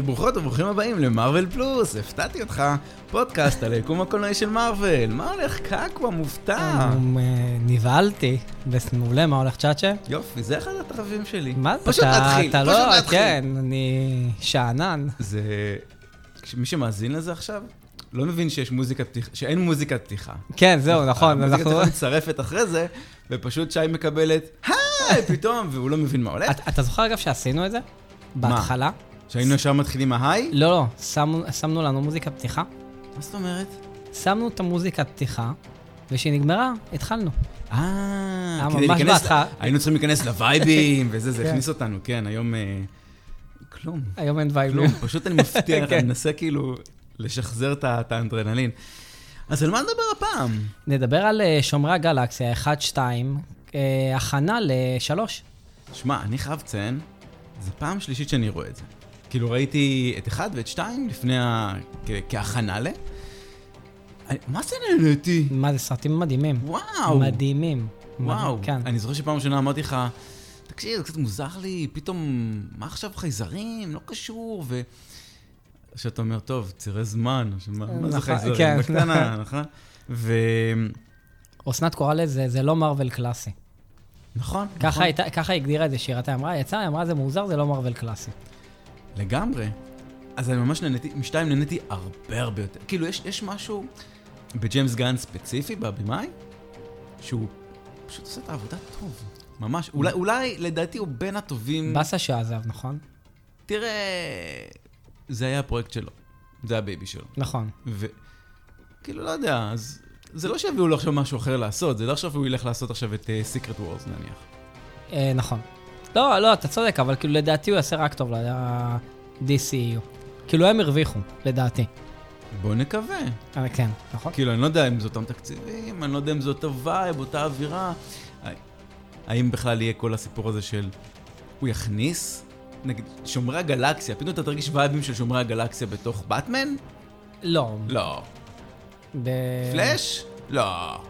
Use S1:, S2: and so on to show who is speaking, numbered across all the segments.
S1: וברוכים הבאים למרוויל פלוס, הפתעתי אותך, פודקאסט על היקום הקולנועי של מרוויל, מה הולך קעקוע מופתע?
S2: אמ, אה, נבהלתי. בס- מעולה, מה הולך צ'אצ'ה?
S1: יופי, זה אחד התחביבים שלי.
S2: מה זה?
S1: פשוט
S2: אתה-
S1: להתחיל,
S2: אתה
S1: פשוט
S2: לא-
S1: להתחיל.
S2: כן, אני שאנן.
S1: זה... מי שמאזין לזה עכשיו, לא מבין שיש מוזיקת פתיחה, שאין מוזיקת פתיחה.
S2: כן,
S1: אה,
S2: זהו, נכון,
S1: המוזיקת
S2: אנחנו...
S1: פתיחה מצטרפת אחרי זה, ופשוט שי מקבלת, היי, פתאום, והוא לא מבין מה הולך.
S2: אתה- אתה זוכר אגב שעשינו את זה?
S1: מה?
S2: בהתחלה?
S1: שהיינו ישר מתחילים ההיי?
S2: לא, לא, שמנו- שמנו לנו מוזיקה פתיחה.
S1: מה זאת אומרת?
S2: שמנו את המוזיקת פתיחה, וכשהיא נגמרה, התחלנו.
S1: אה,
S2: היה
S1: כדי
S2: ממש
S1: להיכנס,
S2: בהתחלה.
S1: היינו צריכים להיכנס לווייבים וזה, זה
S2: כן.
S1: הכניס אותנו, כן, היום אה, כלום,
S2: היום אין
S1: כלום,
S2: וייבים.
S1: פשוט אני מבטיח,
S2: כן.
S1: אני מנסה כאילו לשחזר את ה- את האנדרנלין. אז על מה נדבר הפעם?
S2: נדבר על אה, שומרי הגלקסיה 1-2, אה, הכנה ל-3.
S1: שמע, אני חייב לציין, זו פעם שלישית שאני רואה את זה. כאילו ראיתי את אחד ואת שתיים לפני ה... כ- כהכנה ל... אני- מה זה נהניתי?
S2: מה זה, סרטים מדהימים.
S1: וואו.
S2: מדהימים.
S1: וואו,
S2: מדהים,
S1: כן.
S2: כן.
S1: אני זוכר שפעם ראשונה אמרתי לך, תקשיב, זה קצת מוזר לי, פתאום, מה עכשיו חייזרים? לא קשור, ו... שאתה אומר, טוב, צירי זמן, או שמה, מה זה
S2: נכון,
S1: חייזרים?
S2: כן.
S1: בקטנה, נכון? ו...
S2: אסנת קורלס זה- זה לא מארוול קלאסי.
S1: נכון,
S2: ככה
S1: נכון.
S2: הייתה- ככה היא הגדירה את זה שירתה, אמרה, יצא, היא אמרה, זה מוזר, זה לא מארוול קלאסי.
S1: Mm. לגמרי. אז אני ממש נהניתי, משתיים נהניתי הרבה הרבה יותר. כאילו, יש, יש משהו בג'יימס גן ספציפי, בבמאי, שהוא פשוט עושה את העבודה טוב. ממש. אולי, אולי, לדעתי, הוא בין הטובים.
S2: באסה שעזב, נכון?
S1: תראה, זה היה הפרויקט שלו, זה הבייבי שלו.
S2: נכון.
S1: וכאילו, לא יודע, אז זה לא שיביאו לו עכשיו משהו אחר לעשות, זה לא עכשיו הוא ילך לעשות עכשיו את סיקרט וורס נניח.
S2: אה, נכון. לא, לא, אתה צודק, אבל כאילו לדעתי הוא יעשה רק טוב ל-DCU. כאילו הם הרוויחו, לדעתי.
S1: בוא נקווה.
S2: אה, כן, נכון?
S1: כאילו, אני לא יודע אם זה אותם תקציבים, אני לא יודע אם זה אותו וייב, אותה אווירה. הא- האם בכלל יהיה כל הסיפור הזה של... הוא יכניס? נגיד, שומרי הגלקסיה, פתאום אתה תרגיש וייבים של שומרי הגלקסיה בתוך באטמן?
S2: לא.
S1: לא.
S2: ב-
S1: פלאש? לא.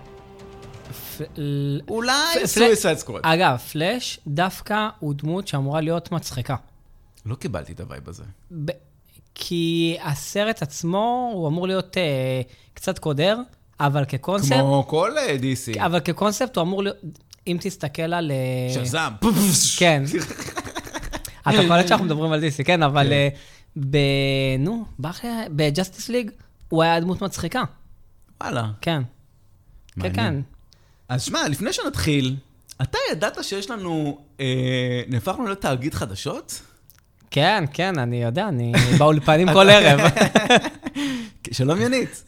S2: פ- ל-
S1: אולי
S2: פ- פלאש-
S1: סויסייד סקוואד.
S2: אגב, פלאש דווקא הוא דמות שאמורה להיות מצחיקה.
S1: לא קיבלתי את הווייב הזה.
S2: ב- כי הסרט עצמו, הוא אמור להיות אה, קצת קודר, אבל כקונספט...
S1: כמו כל אה, DC.
S2: אבל כקונספט הוא אמור להיות... אם תסתכל על... אה,
S1: שזם.
S2: כן. אה, אתה קולט שאנחנו מדברים על דיסי, כן, אבל... אה, ב... נו, באחלה, בג'סטיס ליג, הוא היה דמות מצחיקה,
S1: וואלה.
S2: כן. כן,
S1: מעניין.
S2: כן.
S1: אז שמע, לפני שנתחיל, אתה ידעת שיש לנו... אה, נהפכנו להיות תאגיד חדשות?
S2: כן, כן, אני יודע, אני באולפנים כל ערב.
S1: שלום יונית.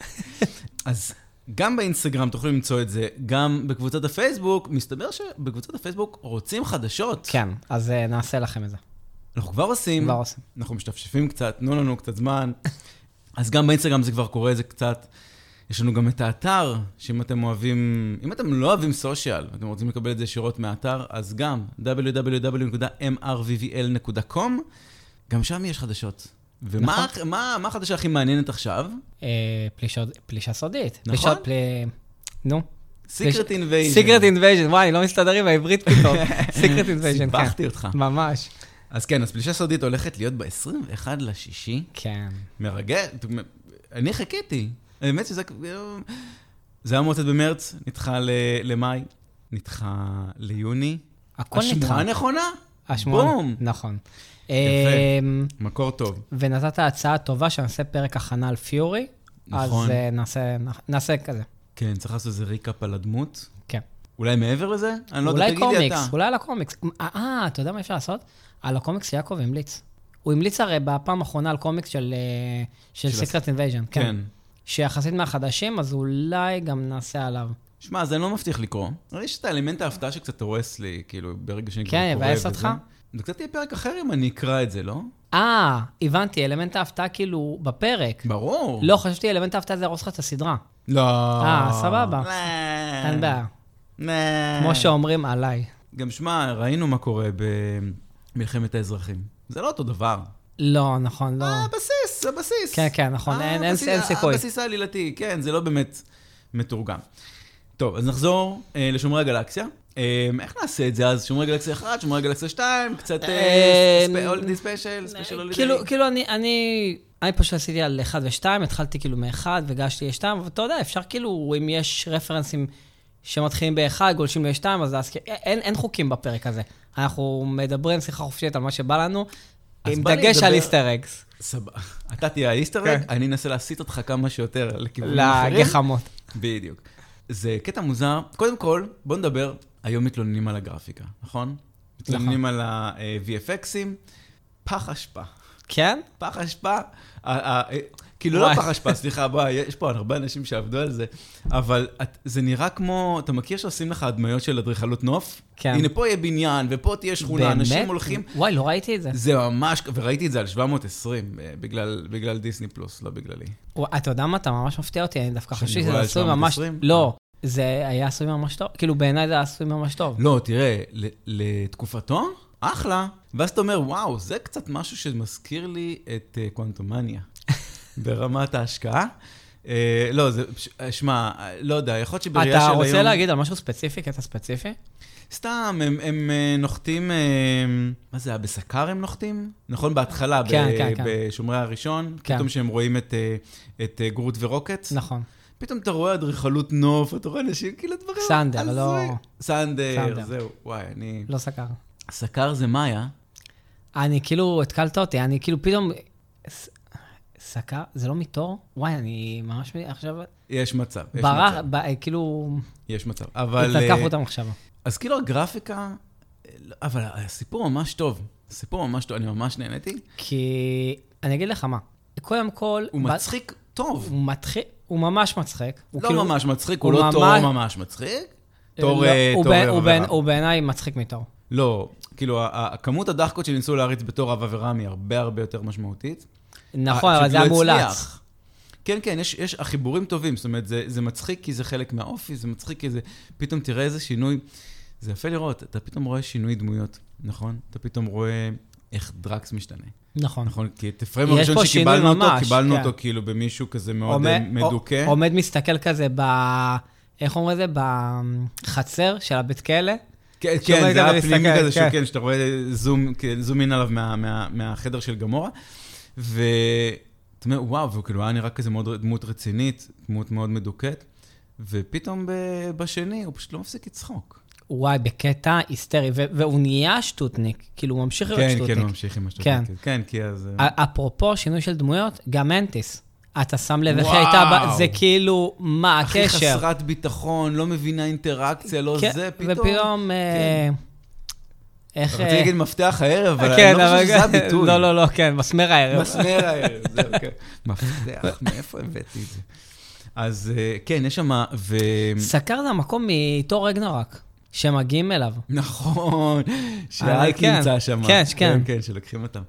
S1: אז גם באינסטגרם תוכלו למצוא את זה, גם בקבוצת הפייסבוק, מסתבר שבקבוצת הפייסבוק רוצים חדשות.
S2: כן, אז אה, נעשה לכם את זה.
S1: אנחנו כבר עושים.
S2: כבר עושים.
S1: אנחנו משתפשפים קצת, תנו לנו קצת זמן. אז גם באינסטגרם זה כבר קורה, זה קצת... יש לנו גם את האתר, שאם אתם אוהבים, אם אתם לא אוהבים סושיאל, אתם רוצים לקבל את זה ישירות מהאתר, אז גם www.mrvvl.com, גם שם יש חדשות.
S2: נכון.
S1: ומה מה, מה החדשה הכי מעניינת עכשיו?
S2: אה, פלישות- פלישה סודית.
S1: נכון.
S2: פלישות פל- נו.
S1: Secret Invasion.
S2: סיקרט אינבייז'ן, וואי, לא מסתדר עם העברית פתאום. סיקרט אינבייז'ן, כן.
S1: סיבכתי אותך.
S2: ממש.
S1: אז כן, אז פלישה סודית הולכת להיות ב-21 לשישי.
S2: כן.
S1: מרגש, אני חיכיתי. האמת שזה... זה היה מועצת במרץ, נדחה ל- למאי, נדחה ליוני.
S2: הכל נדחה.
S1: השמועה נכונה?
S2: השמונה.
S1: בום.
S2: נכון. אמ,
S1: מקור טוב.
S2: ונתת הצעה טובה שנעשה פרק הכנה על פיורי,
S1: נכון.
S2: אז אה, נעשה- נעשה כזה,
S1: כן, צריך לעשות איזה ריקאפ על הדמות.
S2: כן.
S1: אולי מעבר לזה? אני לא יודע,
S2: אולי
S1: תגיד לי אתה.
S2: קומיקס, אולי על הקומיקס. אה, אה, אתה יודע מה אפשר לעשות? על הקומיקס שיעקב המליץ. הוא המליץ הרי בפעם האחרונה על קומיקס של, אה, של
S1: של
S2: סקרט אינבייז'ן,
S1: כן.
S2: כן. שיחסית מהחדשים, אז אולי גם נעשה עליו.
S1: שמע, אז אני לא מבטיח לקרוא. אבל יש את האלמנט ההפתעה שקצת הורס לי, כאילו, ברגע שאני
S2: כן,
S1: כבר קורא
S2: יבאס
S1: וזה.
S2: אותך?
S1: זה קצת יהיה פרק אחר אם אני אקרא את זה, לא?
S2: אה, הבנתי, אלמנט ההפתעה כאילו בפרק.
S1: ברור.
S2: לא, חשבתי אלמנט ההפתעה זה יהרוס לך את הסדרה.
S1: לא.
S2: אה, סבבה.
S1: לא.
S2: אין בעיה.
S1: לא.
S2: כמו שאומרים עליי.
S1: גם שמע, ראינו מה קורה במלחמת האזרחים. זה לא אותו דבר.
S2: לא, נכון, לא.
S1: אה, הבסיס, הבסיס.
S2: כן, כן, נכון,
S1: אה,
S2: אין- אין-
S1: הבסיס-
S2: אין סיכוי.
S1: הבסיס העלילתי, כן, זה לא באמת מתורגם. טוב, אז נחזור אה, לשומרי הגלקסיה. אה, איך נעשה את זה אז? שומרי גלקסיה 1, שומרי גלקסיה 2, קצת
S2: אה,
S1: הולדי ספיישל, ספיישל הולדי.
S2: כאילו, כאילו אה, אני, אני אני פשוט עשיתי על 1 ו-2, התחלתי כאילו מ-1 וגשתי ל-2, אבל אתה יודע, אפשר כאילו, אם יש רפרנסים שמתחילים ב-1, גולשים ל-2, אז אז כ- אין, אין חוקים בפרק הזה. אנחנו מדברים שיחה חופשית על מה שבא לנו,
S1: אז
S2: עם
S1: בא לי
S2: דגש על
S1: לדבר-
S2: איסטר אקס.
S1: סבבה. אתה תהיה האיסטר אג,
S2: כן.
S1: אני אנסה להסיט אותך כמה שיותר לכיוונים אחרים.
S2: לגחמות.
S1: בדיוק. זה קטע מוזר. קודם כל, בוא נדבר, היום מתלוננים על הגרפיקה, נכון? מתלוננים על ה-VFXים, פח אשפה.
S2: כן?
S1: פח אשפה, ה- ה- כאילו לא
S2: וואי.
S1: פח אשפה, סליחה, בוא, יש פה הרבה אנשים שעבדו על זה, אבל את- זה נראה כמו, אתה מכיר שעושים לך הדמיות של אדריכלות נוף?
S2: כן.
S1: הנה, פה יהיה בניין, ופה תהיה שכונה, אנשים הולכים...
S2: וואי, לא ראיתי את זה.
S1: זה ממש, וראיתי את זה על 720, אה, בגלל, בגלל דיסני פלוס, לא בגללי.
S2: וואי, אתה יודע מה? אתה ממש מפתיע אותי, אני דווקא
S1: שאני
S2: חשבתי
S1: רואה
S2: שזה
S1: על
S2: עשוי ממש...
S1: 720?
S2: לא, זה היה עשוי ממש טוב. כאילו, בעיניי זה היה עשוי ממש טוב.
S1: לא, תראה, ל- לתקופתו, אחלה. ואז אתה אומר, וואו, זה קצת משהו שמזכיר לי את אה, קוונטומניה, ברמת ההשקעה. אה, לא, זה, ש- אה, שמע, אה, לא יודע, יכול להיות שבראייה של
S2: אתה
S1: היום...
S2: רוצה להגיד על משהו ספציפי, קטע ספציפי?
S1: סתם, הם, הם אה, נוחתים, אה, מה זה היה, בסקר הם נוחתים? נכון, בהתחלה,
S2: כן,
S1: ב-
S2: כן, כן.
S1: בשומרי הראשון,
S2: כן.
S1: פתאום שהם רואים את, אה, את אה, גרוט ורוקט.
S2: נכון.
S1: פתאום אתה רואה אדריכלות נוף, אתה רואה אנשים, כאילו דברים...
S2: סנדר,
S1: הזוי.
S2: לא-
S1: סנדר,
S2: סנדר.
S1: זהו, וואי, אני...
S2: לא סקר.
S1: סקר זה מאיה.
S2: אני כאילו, התקלת אותי, אני כאילו פתאום... ס- סקר? זה לא מתור? וואי, אני ממש מ- עכשיו...
S1: יש מצב, יש
S2: ברח,
S1: מצב.
S2: ב- כאילו...
S1: יש מצב. אבל...
S2: התלקח
S1: אה,
S2: אותם עכשיו.
S1: אז כאילו הגרפיקה... אה, לא, אבל הסיפור ממש טוב. הסיפור ממש טוב, אני ממש נהניתי.
S2: כי... אני אגיד לך מה. קודם כל...
S1: הוא
S2: ב-
S1: מצחיק טוב.
S2: הוא מצחיק, הוא ממש מצחיק. הוא
S1: לא
S2: כאילו-
S1: ממש מצחיק, הוא
S2: הוא
S1: לא
S2: ממש-
S1: תור ממש מצחיק. תור...
S2: לא,
S1: אה,
S2: הוא
S1: תור
S2: ב- הוא
S1: עבירה.
S2: בעיני- הוא בעיניי מצחיק מתור.
S1: לא, כאילו, ה- ה- כמות הדחקות שניסו להריץ בתור רב עבירה היא הרבה הרבה יותר משמעותית.
S2: נכון,
S1: אה,
S2: אבל
S1: פשוט
S2: זה
S1: לא
S2: היה מאולץ.
S1: הצליח. כן, כן, יש, יש החיבורים טובים, זאת אומרת, זה, זה מצחיק כי זה חלק מהאופי, זה מצחיק כי זה... פתאום תראה איזה שינוי. זה יפה לראות, אתה פתאום רואה שינוי דמויות, נכון? אתה פתאום רואה איך דרקס משתנה.
S2: נכון.
S1: נכון, כי את הפריים
S2: יש
S1: הראשון
S2: פה
S1: שקיבלנו
S2: שינוי
S1: אותו,
S2: ממש,
S1: קיבלנו
S2: כן.
S1: אותו כאילו במישהו כזה מאוד
S2: עומד-
S1: אה, מדוכא.
S2: ע- עומד מסתכל כזה ב... איך אומרים את זה? בחצר של הבית כלא.
S1: כן,
S2: שעומד
S1: כן, זה
S2: גם
S1: היה פנימי
S2: להסתכל,
S1: כזה, שהוא,
S2: כן.
S1: כן, שאתה רואה זום, כן, זום אין עליו מה- מה- מהחדר של גמורה. ואתה אומר, וואו, והוא כאילו היה נראה כזה מאוד ר- דמות רצינית, דמות מאוד מדוכאת, ופתאום ב- בשני הוא פשוט לא מפסיק לצחוק.
S2: וואי, בקטע היסטרי, ו- והוא נהיה שטוטניק, כאילו הוא ממשיך להיות
S1: כן,
S2: שטוטניק.
S1: כן, הוא ממשיך עם השטויות.
S2: כן.
S1: כן, כי אז... אה,
S2: א- אפרופו שינוי של דמויות, גם מנטיס. אתה שם לב איך היא
S1: וואו.
S2: הייתה, ב- זה כאילו, מה
S1: הכי
S2: הקשר?
S1: חסרת ביטחון, לא מבינה אינטראקציה, לא
S2: כן,
S1: זה, פתאום...
S2: ופתאום, אה, איך...
S1: רציתי
S2: אה,
S1: להגיד מפתח הערב, אבל
S2: כן,
S1: אני לא חושב שזה
S2: אבל-
S1: הביטוי.
S2: לא, לא, לא, כן, מסמר הערב.
S1: מסמר הערב, זהו,
S2: אוקיי.
S1: כן. מפתח, מאיפה הבאתי את זה? אז אה, כן, יש שם, ו...
S2: סקר זה המקום מתור רגנרק, שמגיעים אליו.
S1: נכון,
S2: אבל
S1: שהאייק
S2: כן.
S1: נמצא שם.
S2: כן,
S1: כן,
S2: כן.
S1: כן, שלוקחים אותם.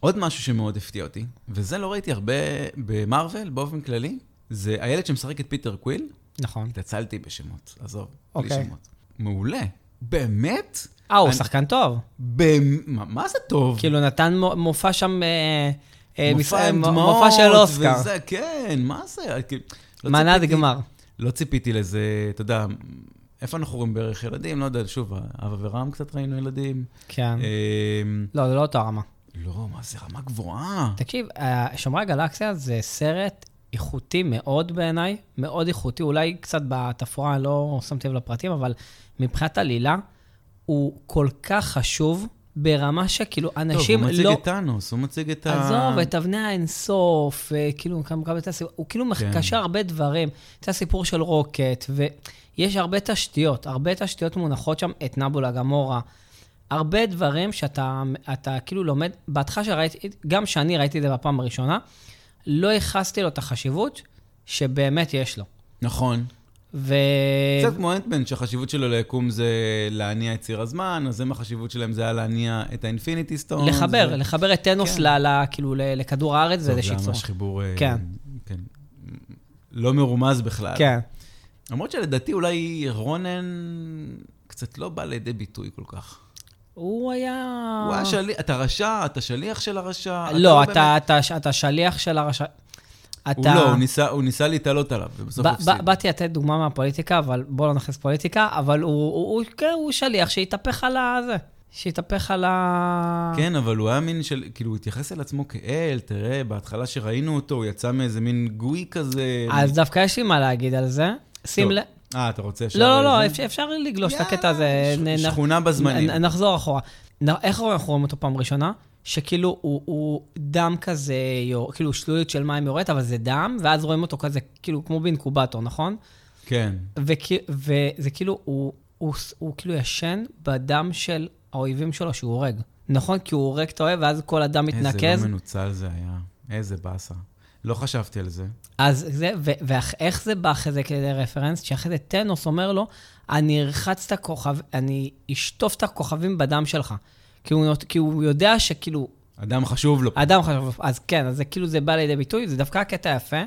S1: עוד משהו שמאוד הפתיע אותי, וזה לא ראיתי הרבה במרוויל, באופן כללי, זה הילד שמשחק את פיטר קוויל,
S2: נכון.
S1: התעצלתי בשמות, עזוב, בלי
S2: אוקיי.
S1: שמות. מעולה. באמת?
S2: אה, הוא
S1: אני-
S2: שחקן טוב.
S1: במ- מה- מה זה טוב?
S2: כאילו, נתן מו- מופע שם... אה, אה, מס-
S1: מופע
S2: אה,
S1: עם
S2: מ-
S1: דמעות,
S2: מופע של אוסקר.
S1: וזה, כן, מה זה? כאילו, לא
S2: מנת
S1: ציפיתי-
S2: גמר.
S1: לא ציפיתי לזה, אתה יודע, איפה אנחנו רואים בערך ילדים? לא יודע, שוב, אבא ורם קצת ראינו ילדים.
S2: כן.
S1: אמ,
S2: לא, זה לא אותה רמה.
S1: לא, מה זה רמה גבוהה?
S2: תקשיב, אה, שומרי הגלקסיה זה סרט איכותי מאוד בעיניי, מאוד איכותי, אולי קצת בתפאורה, לא שמתי לב לפרטים, אבל מבחינת עלילה, הוא כל כך חשוב, ברמה שכאילו אנשים
S1: טוב, הוא
S2: לא...
S1: מציג את טאנוס, הוא מציג את ה...
S2: עזוב, את אבני האינסוף, אה, כאילו, כמה כמה בתי הסיפור, הוא כאילו
S1: כן.
S2: כן. קשר הרבה דברים. זה הסיפור של רוקט, ויש הרבה תשתיות, הרבה תשתיות מונחות שם, את נבולה גמורה. הרבה דברים שאתה אתה כאילו לומד, בהתחלה שראיתי, גם שאני ראיתי את זה בפעם הראשונה, לא ייחסתי לו את החשיבות שבאמת יש לו.
S1: נכון.
S2: ו... אה,
S1: קצת כמו אנטמן, שהחשיבות שלו ליקום זה להניע את ציר הזמן, אז אם החשיבות שלהם זה היה להניע את האינפיניטי סטון.
S2: לחבר, לחבר את טנוס
S1: כן.
S2: כן. ל, ל, כאילו, ל, לכדור הארץ
S1: זה
S2: ולשיצור.
S1: ממש חיבור... אה,
S2: כן.
S1: כן. לא מרומז בכלל.
S2: כן.
S1: למרות שלדעתי אולי רונן קצת לא בא לידי ביטוי כל כך.
S2: הוא היה...
S1: הוא היה שליח, אתה רשע, אתה שליח של הרשע.
S2: אה. לא,
S1: באמת-
S2: אתה, אתה, אתה, אתה שליח של הרשע... אתה...
S1: הוא לא, הוא ניסה- הוא ניסה להתעלות עליו, ובסוף
S2: ב-
S1: הפסיד.
S2: ב- באתי לתת דוגמה מהפוליטיקה, אבל בואו לא נכנס פוליטיקה, אבל הוא, הוא, הוא, כן, הוא שליח שהתהפך על הזה. שהתהפך על ה...
S1: כן, אבל הוא היה מין של, כאילו, הוא התייחס אל עצמו כאל, תראה, בהתחלה שראינו אותו, הוא יצא מאיזה מין גוי כזה.
S2: אז דווקא יש לי מה להגיד על זה. שים
S1: טוב.
S2: לב.
S1: אה, אתה רוצה ישר
S2: לא, לא,
S1: לזה?
S2: לא, אפשר- אפשר לגלוש את הקטע הזה.
S1: ש-
S2: נ- נ-
S1: שכונה בזמנים.
S2: נ- נחזור אחורה. נ- איך אנחנו רואים אותו פעם ראשונה? שכאילו הוא- הוא דם כזה, יור- כאילו שלולית של מים יורדת, אבל זה דם, ואז רואים אותו כזה, כאילו, כמו באינקובטור, נכון?
S1: כן.
S2: וכי- וזה כאילו, הוא- הוא ס- הוא כאילו ישן בדם של האויבים שלו שהוא הורג. נכון? כי הוא הורג את האוהב, ואז כל הדם מתנקז.
S1: איזה לא מנוצל זה היה. איזה באסה. לא חשבתי על זה.
S2: אז זה, ו- ואיך זה בא אחרי זה כדי רפרנס? שאחרי זה טנוס אומר לו, אני ארחץ את הכוכב, אני אשטוף את הכוכבים בדם שלך. כי הוא, נות- כי הוא יודע שכאילו,
S1: אדם חשוב לו.
S2: אדם חשוב, אז כן, אז זה כאילו זה בא לידי ביטוי, זה דווקא קטע יפה.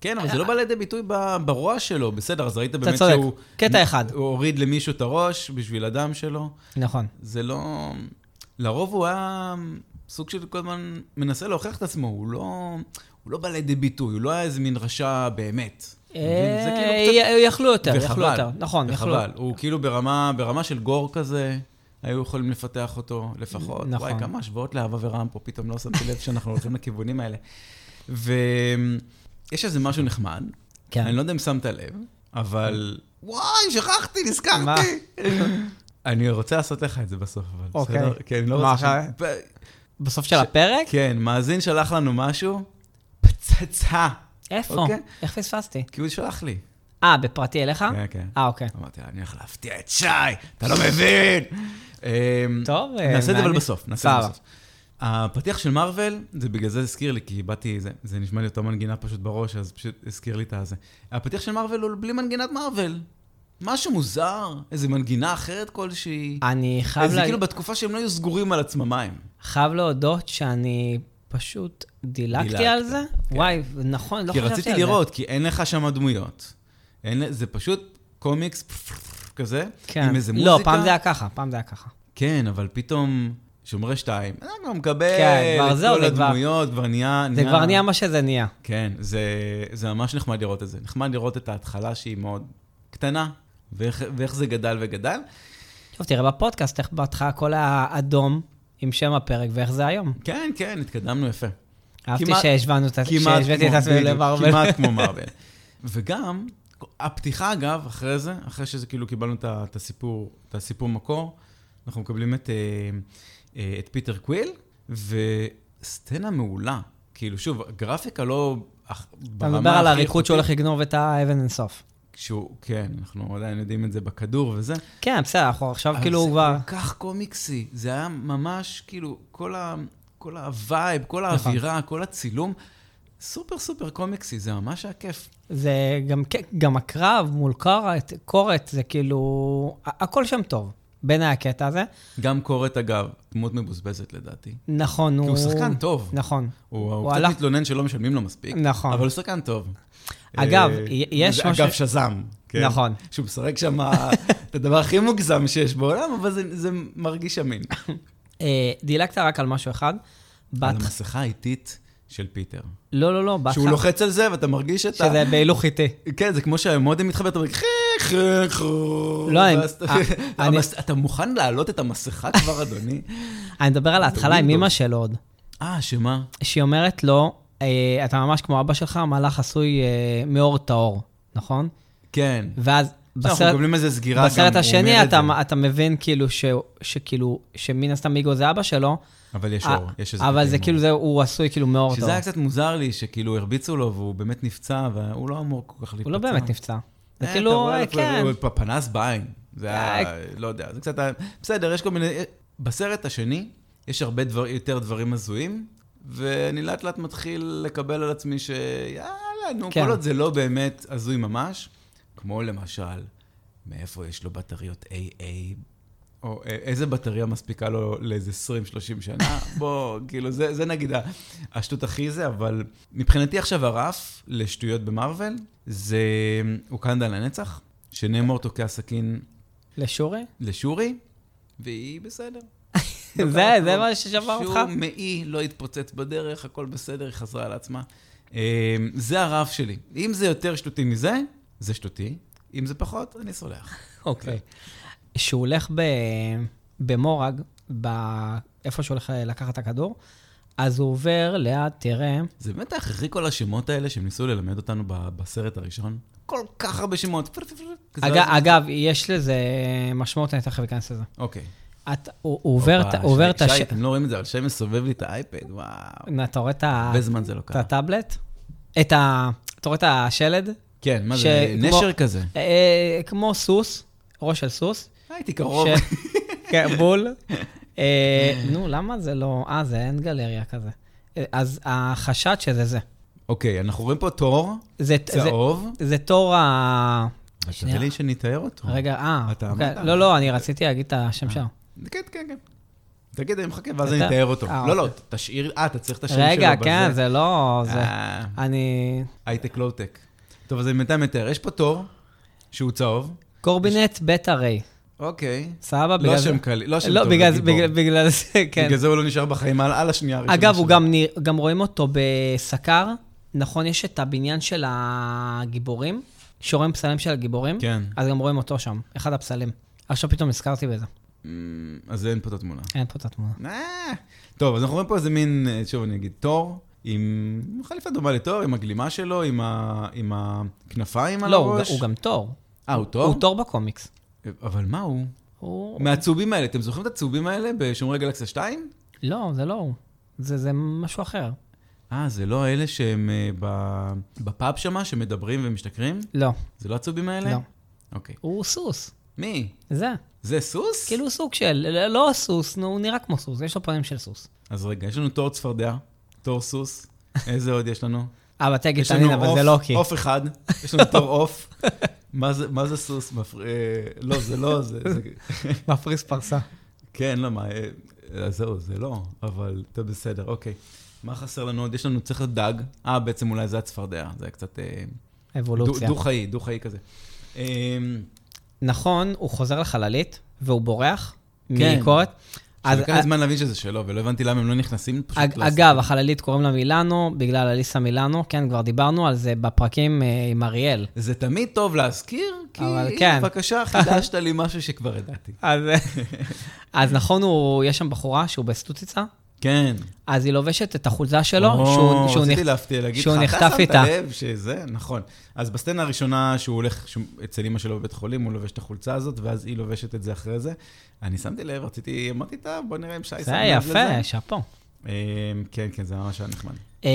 S1: כן, אבל זה לא בא לידי ביטוי ב- ברוע שלו. בסדר, אז ראית
S2: אתה
S1: באמת
S2: צודק,
S1: שהוא...
S2: קטע אחד,
S1: הוא הוריד למישהו את הראש בשביל הדם שלו.
S2: נכון.
S1: זה לא... לרוב הוא היה סוג של כל הזמן מנסה להוכיח את עצמו, הוא לא, הוא לא בא לידי ביטוי, הוא לא היה איזה מין רשע באמת. אתה מבין? זה
S2: אה,
S1: כאילו קצת-
S2: י- יכלו יותר, יכלו
S1: וחבל,
S2: יותר, נכון, יכלו.
S1: וחבל. הוא כאילו ברמה, ברמה של גור כזה, היו יכולים לפתח אותו לפחות.
S2: נכון.
S1: נכון. וואי, כמה השוואות לאהבה ורם פה, פתאום לא שמתי לב שאנחנו הולכים לכיוונים האלה. ויש איזה משהו נחמד,
S2: כן.
S1: אני לא יודע אם שמת לב, אבל... וואי, שכחתי,
S2: מה?
S1: נזכרתי. אני רוצה לעשות לך את זה בסוף, אבל
S2: אוקיי.
S1: בסדר? כי אני לא
S2: מה,
S1: רוצה... ש-
S2: בסוף של
S1: ש-
S2: הפרק?
S1: כן, מאזין שלח לנו משהו, פצצה.
S2: איפה?
S1: אוקיי.
S2: איך פספסתי?
S1: כי הוא שלח לי.
S2: אה, בפרטי אליך?
S1: כן, כן.
S2: אה, אוקיי.
S1: אמרתי לה, אני הולך להפתיע את שי, אתה לא מבין! אמ,
S2: טוב, אה,
S1: נעשה את זה אבל
S2: מעניין.
S1: בסוף, נעשה את זה
S2: סבבה.
S1: בסוף. הפתיח של מארוול, זה בגלל זה הזכיר לי, כי באתי, זה- זה נשמע לי אותה מנגינה פשוט בראש, אז פשוט הזכיר לי את הזה. הפתיח של מארוול הוא בלי מנגינת מארוול. משהו מוזר, איזה מנגינה אחרת כלשהי.
S2: אני אה, חייב
S1: זה
S2: להגיד-
S1: כאילו בתקופה שהם לא היו סגורים על עצמם מה הם.
S2: חייב להודות שאני פשוט דילגתי
S1: דילגת, כן.
S2: על זה. וואי, נכון, לא
S1: כי
S2: חשבתי על זה.
S1: רציתי לראות, כי אין לך שם דמויות. אין- זה פשוט קומיקס כזה,
S2: כן.
S1: עם איזה
S2: לא, פעם
S1: מוזיקה.
S2: זה היה ככה, פעם זה היה ככה.
S1: כן, אבל פתאום שומרי שתיים, אתה כבר מקבל
S2: כן, כבר
S1: את
S2: זהו,
S1: כל
S2: זה כבר-
S1: הדמויות, כבר נהיה...
S2: זה כבר נהיה מה שזה נהיה.
S1: כן, זה, זה ממש נחמד לראות את זה. נחמד לראות את ההתחלה שהיא מאוד קטנה, ואיך, ואיך זה גדל וגדל.
S2: טוב, תראה בפודקאסט איך בהתחלה הכל היה אדום עם שם הפרק, ואיך זה היום.
S1: כן, כן, התקדמנו יפה.
S2: אהבתי
S1: כמעט-
S2: שהשוונו את ה-
S1: כמעט
S2: שהשוויתי את
S1: כמו-
S2: עצמי
S1: בדיוק,
S2: למרוויל.
S1: כמעט כמו מארוול. וגם, הפתיחה אגב, אחרי זה, אחרי שזה כאילו קיבלנו את ה- את הסיפור, את הסיפור מקור, אנחנו מקבלים את, אה, אה, את פיטר קוויל, וסצנה מעולה. כאילו, שוב, הגרפיקה לא... אך-
S2: אתה
S1: ברמה
S2: מדבר על
S1: הכי
S2: הריקוד שהוא
S1: איכותית,
S2: הולך לגנוב את האבן אינסוף.
S1: שהוא, כן, אנחנו עדיין יודעים את זה בכדור וזה.
S2: כן, בסדר, אנחנו עכשיו
S1: אבל
S2: כאילו
S1: זה
S2: הוא כבר...
S1: כל כך קומיקסי, זה היה ממש, כאילו, כל, ה... כל הווייב,
S2: נכון.
S1: כל האווירה, כל הצילום, סופר סופר קומיקסי, זה ממש היה כיף.
S2: זה גם, כן, גם הקרב מול קורת, קורת זה כאילו... ה- הכל שם טוב, בין הקטע הזה.
S1: גם קורת, אגב, דמות מבוזבזת לדעתי.
S2: נכון, הוא...
S1: הוא שחקן טוב.
S2: נכון.
S1: הוא, הוא
S2: הוא
S1: קצת
S2: הלך-
S1: מתלונן שלא משלמים לו מספיק,
S2: נכון.
S1: אבל הוא שחקן טוב.
S2: אגב,
S1: אה,
S2: י- יש
S1: וזה,
S2: משהו-
S1: אגב, שזם. כן.
S2: נכון.
S1: שהוא משחק שם את הדבר הכי מוגזם שיש בעולם, אבל זה, זה מרגיש אמין.
S2: אה, דילגת רק על משהו אחד.
S1: על
S2: בת...
S1: המסכה האיטית של פיטר.
S2: לא, לא, לא,
S1: שהוא
S2: בהתחלה.
S1: לוחץ על זה ואתה מרגיש את ה...
S2: שזה בהילוך איטי.
S1: כן, זה כמו שהמודם מתחבר, אתה אומר, חי, חי, חי,
S2: לא, אני-
S1: ואז אתה-
S2: אה, אני-
S1: המס- אתה מוכן להעלות את המסכה כבר, אדוני?
S2: אני מדבר על ההתחלה עם
S1: Windows.
S2: אימא שלו עוד.
S1: אה, שמה?
S2: שהיא אומרת לו, אה, אתה ממש כמו אבא שלך, מהלך עשוי אה, מאור טהור, נכון?
S1: כן.
S2: ואז
S1: אנחנו
S2: בסרט,
S1: מקבלים איזה סגירה גם,
S2: בסרט
S1: הוא
S2: השני
S1: אומר את
S2: אתה,
S1: זה.
S2: אתה מבין כאילו, ש, שכאילו, שמן הסתם מיגו זה אבא שלו,
S1: אבל יש
S2: אה,
S1: אור, יש איזה...
S2: אבל
S1: קטעים
S2: זה
S1: אור.
S2: כאילו, זה, הוא עשוי כאילו מאור
S1: שזה
S2: טהור.
S1: היה קצת מוזר לי, שכאילו הרביצו לו והוא באמת נפצע, והוא לא אמור כל כך להיפצע.
S2: הוא לא באמת נפצע. זה
S1: אה, אתה
S2: כאילו,
S1: רואה
S2: אה,
S1: לו כבר-
S2: כן,
S1: הוא פנס בעין. זה היה,
S2: אה,
S1: לא יודע, זה קצת... היה- בסדר, יש כל מיני... בסרט השני, יש הרבה דבר- יותר דברים הזויים, ואני לאט לאט מתחיל לקבל על עצמי ש... יאללה, נו,
S2: כן.
S1: כל עוד זה לא באמת הזוי ממש, כמו למשל, מאיפה יש לו בטריות AA? או א- איזה בטריה מספיקה לו לאיזה 20-30 שנה? בוא, כאילו, זה, זה נגיד ה- השטות הכי זה, אבל מבחינתי עכשיו הרף לשטויות במרוויל, זה אוקנדה לנצח, שנאמור תוקע סכין
S2: לשורי?
S1: לשורי, והיא בסדר.
S2: זה-
S1: דבר
S2: זה
S1: טוב.
S2: מה ששבר אותך?
S1: שום מעי לא התפוצץ בדרך, הכל בסדר, היא חזרה על עצמה. אה, זה הרף שלי. אם זה יותר שטותי מזה, זה שטותי. אם זה פחות, אני סולח.
S2: אוקיי. שהוא הולך ב... במורג, ב... איפה שהולך לקחת את הכדור, אז הוא עובר ליד, תראה,
S1: זה באמת הכרחי כל השמות האלה שהם ניסו ללמד אותנו ב- בסרט הראשון? כל כך הרבה שמות. כזה
S2: אג,
S1: לא זה-
S2: אגב, יש לזה משמעות, אני תכף אכנס לזה.
S1: אוקיי.
S2: את, הוא הוא עובר, את-
S1: הופה,
S2: הוא עובר את
S1: שי-
S2: הש...
S1: שי, אתם לא רואים את זה, אבל שי מסובב לי את האייפד, וואו.
S2: נה, אתה רואה את ה-
S1: הרבה זמן זה לא
S2: את
S1: קרה.
S2: הטאבלט? את ה... אתה רואה את השלד?
S1: כן, מה
S2: ש-
S1: זה,
S2: כמו-
S1: נשר כזה.
S2: אה, אה, כמו סוס, ראש של סוס.
S1: הייתי קרוב.
S2: ש- כן, בול. אה, נו, למה זה לא... אה, זה אין גלריה כזה. אה, אז החשד שזה זה.
S1: אוקיי, אנחנו רואים פה תור
S2: זה- זה-
S1: צהוב.
S2: זה תור ה...
S1: אז
S2: שנייה.
S1: תראה לי שנתאר אותו.
S2: רגע, אה.
S1: אתה
S2: אוקיי,
S1: אמרת.
S2: לא, לא, אני רציתי להגיד את השם שלו.
S1: כן, כן, כן. תגיד, אני מחכה, ואז אני
S2: אתה-
S1: אתאר אותו.
S2: אה,
S1: לא, לא,
S2: אוקיי.
S1: תשאיר, אה, אתה צריך את השם שלו
S2: רגע, כן,
S1: בזה.
S2: זה לא... זה-
S1: אה,
S2: אני...
S1: הייטק לואו-טק. טוב, אז אני בינתיים מתאר. יש פה תור, שהוא צהוב.
S2: קורבינט בית הרי.
S1: אוקיי.
S2: סבבה?
S1: לא
S2: בגלל זה-
S1: שם קל, לא שם
S2: לא,
S1: טוב,
S2: בגלל-
S1: זה גיבור.
S2: בגלל- בגלל זה, כן.
S1: בגלל זה הוא לא נשאר בחיים על על השנייה הראשונה
S2: אגב, הוא
S1: שלו.
S2: גם נרא- גם רואים אותו בסקר. נכון, יש את הבניין של הגיבורים, שרואים פסלים של הגיבורים.
S1: כן.
S2: אז גם רואים אותו שם, אחד הפסלים. עכשיו פתאום נזכרתי בזה.
S1: אמ, אז אין פה את התמונה.
S2: אין פה את התמונה.
S1: אה, טוב, אז אנחנו רואים פה איזה מין, אה, שוב אני אגיד, תור, עם חליפה דומה לתור, עם הגלימה שלו, עם, ה... עם הכנפיים על
S2: לא, הוא
S1: הראש.
S2: ג- הוא גם תור.
S1: אה, הוא תור?
S2: הוא תור בקומיקס.
S1: אבל מה הוא?
S2: הוא...
S1: מהצהובים האלה, אתם זוכרים את הצהובים האלה בשומרי גלקסיה 2?
S2: לא, זה לא הוא. זה זה משהו אחר.
S1: אה, זה לא אלה שהם אה, ב- בפאב שמה, שמדברים ומשתכרים?
S2: לא,
S1: זה לא הצהובים האלה?
S2: לא.
S1: אוקיי.
S2: הוא סוס.
S1: מי?
S2: זה.
S1: זה סוס?
S2: כאילו הוא סוג של... לא- לא סוס, נו, הוא נראה כמו סוס, יש לו פנים של סוס.
S1: אז רגע, יש לנו תור צפרדע, תור סוס, איזה עוד יש לנו?
S2: אבל תגיד,
S1: יש לנו
S2: תגיד, אבל זה לא כי.
S1: עוף אחד, יש לנו תור עוף. מה זה- מה זה סוס? מפר- אה, לא, זה לא, זה... זה-
S2: מפריס פרסה.
S1: כן, לא, מה... אה, אה, זהו, זה לא, אבל טוב, בסדר, אוקיי. מה חסר לנו עוד? יש לנו, צריך להיות דג. אה, בעצם אולי זה הצפרדע, זה היה קצת אה, דו-
S2: אבולוציה.
S1: דו-חאי, דו-חאי כזה. אה,
S2: נכון, הוא חוזר לחללית, והוא בורח
S1: כן.
S2: מביקורת. אז-
S1: שלקח לי זמן להבין שזה שלו, ולא הבנתי למה הם לא נכנסים פשוט
S2: אג-
S1: לס-
S2: אגב, החללית קוראים לה מילאנו, בגלל אליסה מילאנו, כן, כבר דיברנו על זה בפרקים אה, עם אריאל.
S1: זה תמיד טוב להזכיר, כי
S2: אבל כן.
S1: בבקשה, חידשת לי משהו שכבר ידעתי.
S2: אז, אז נכון, הוא, יש שם בחורה שהוא בסטוציצה,
S1: כן.
S2: אז היא לובשת את החולצה שלו,
S1: או,
S2: לא, שהוא, שהוא,
S1: רציתי
S2: נכ...
S1: להפתיע, להגיד
S2: שהוא
S1: לך, אתה
S2: נחטף
S1: שמת
S2: איתה.
S1: לב שזה, נכון. אז בסצנה הראשונה שהוא הולך שהוא, אצל אמא שלו בבית חולים, הוא לובש את החולצה הזאת, ואז היא לובשת את זה אחרי זה. אני שמתי לב, רציתי, אמרתי טוב, בוא נראה אם שי שם לב
S2: זה היה יפה, שאפו.
S1: אה, כן, כן, זה ממש היה נחמד.
S2: אה,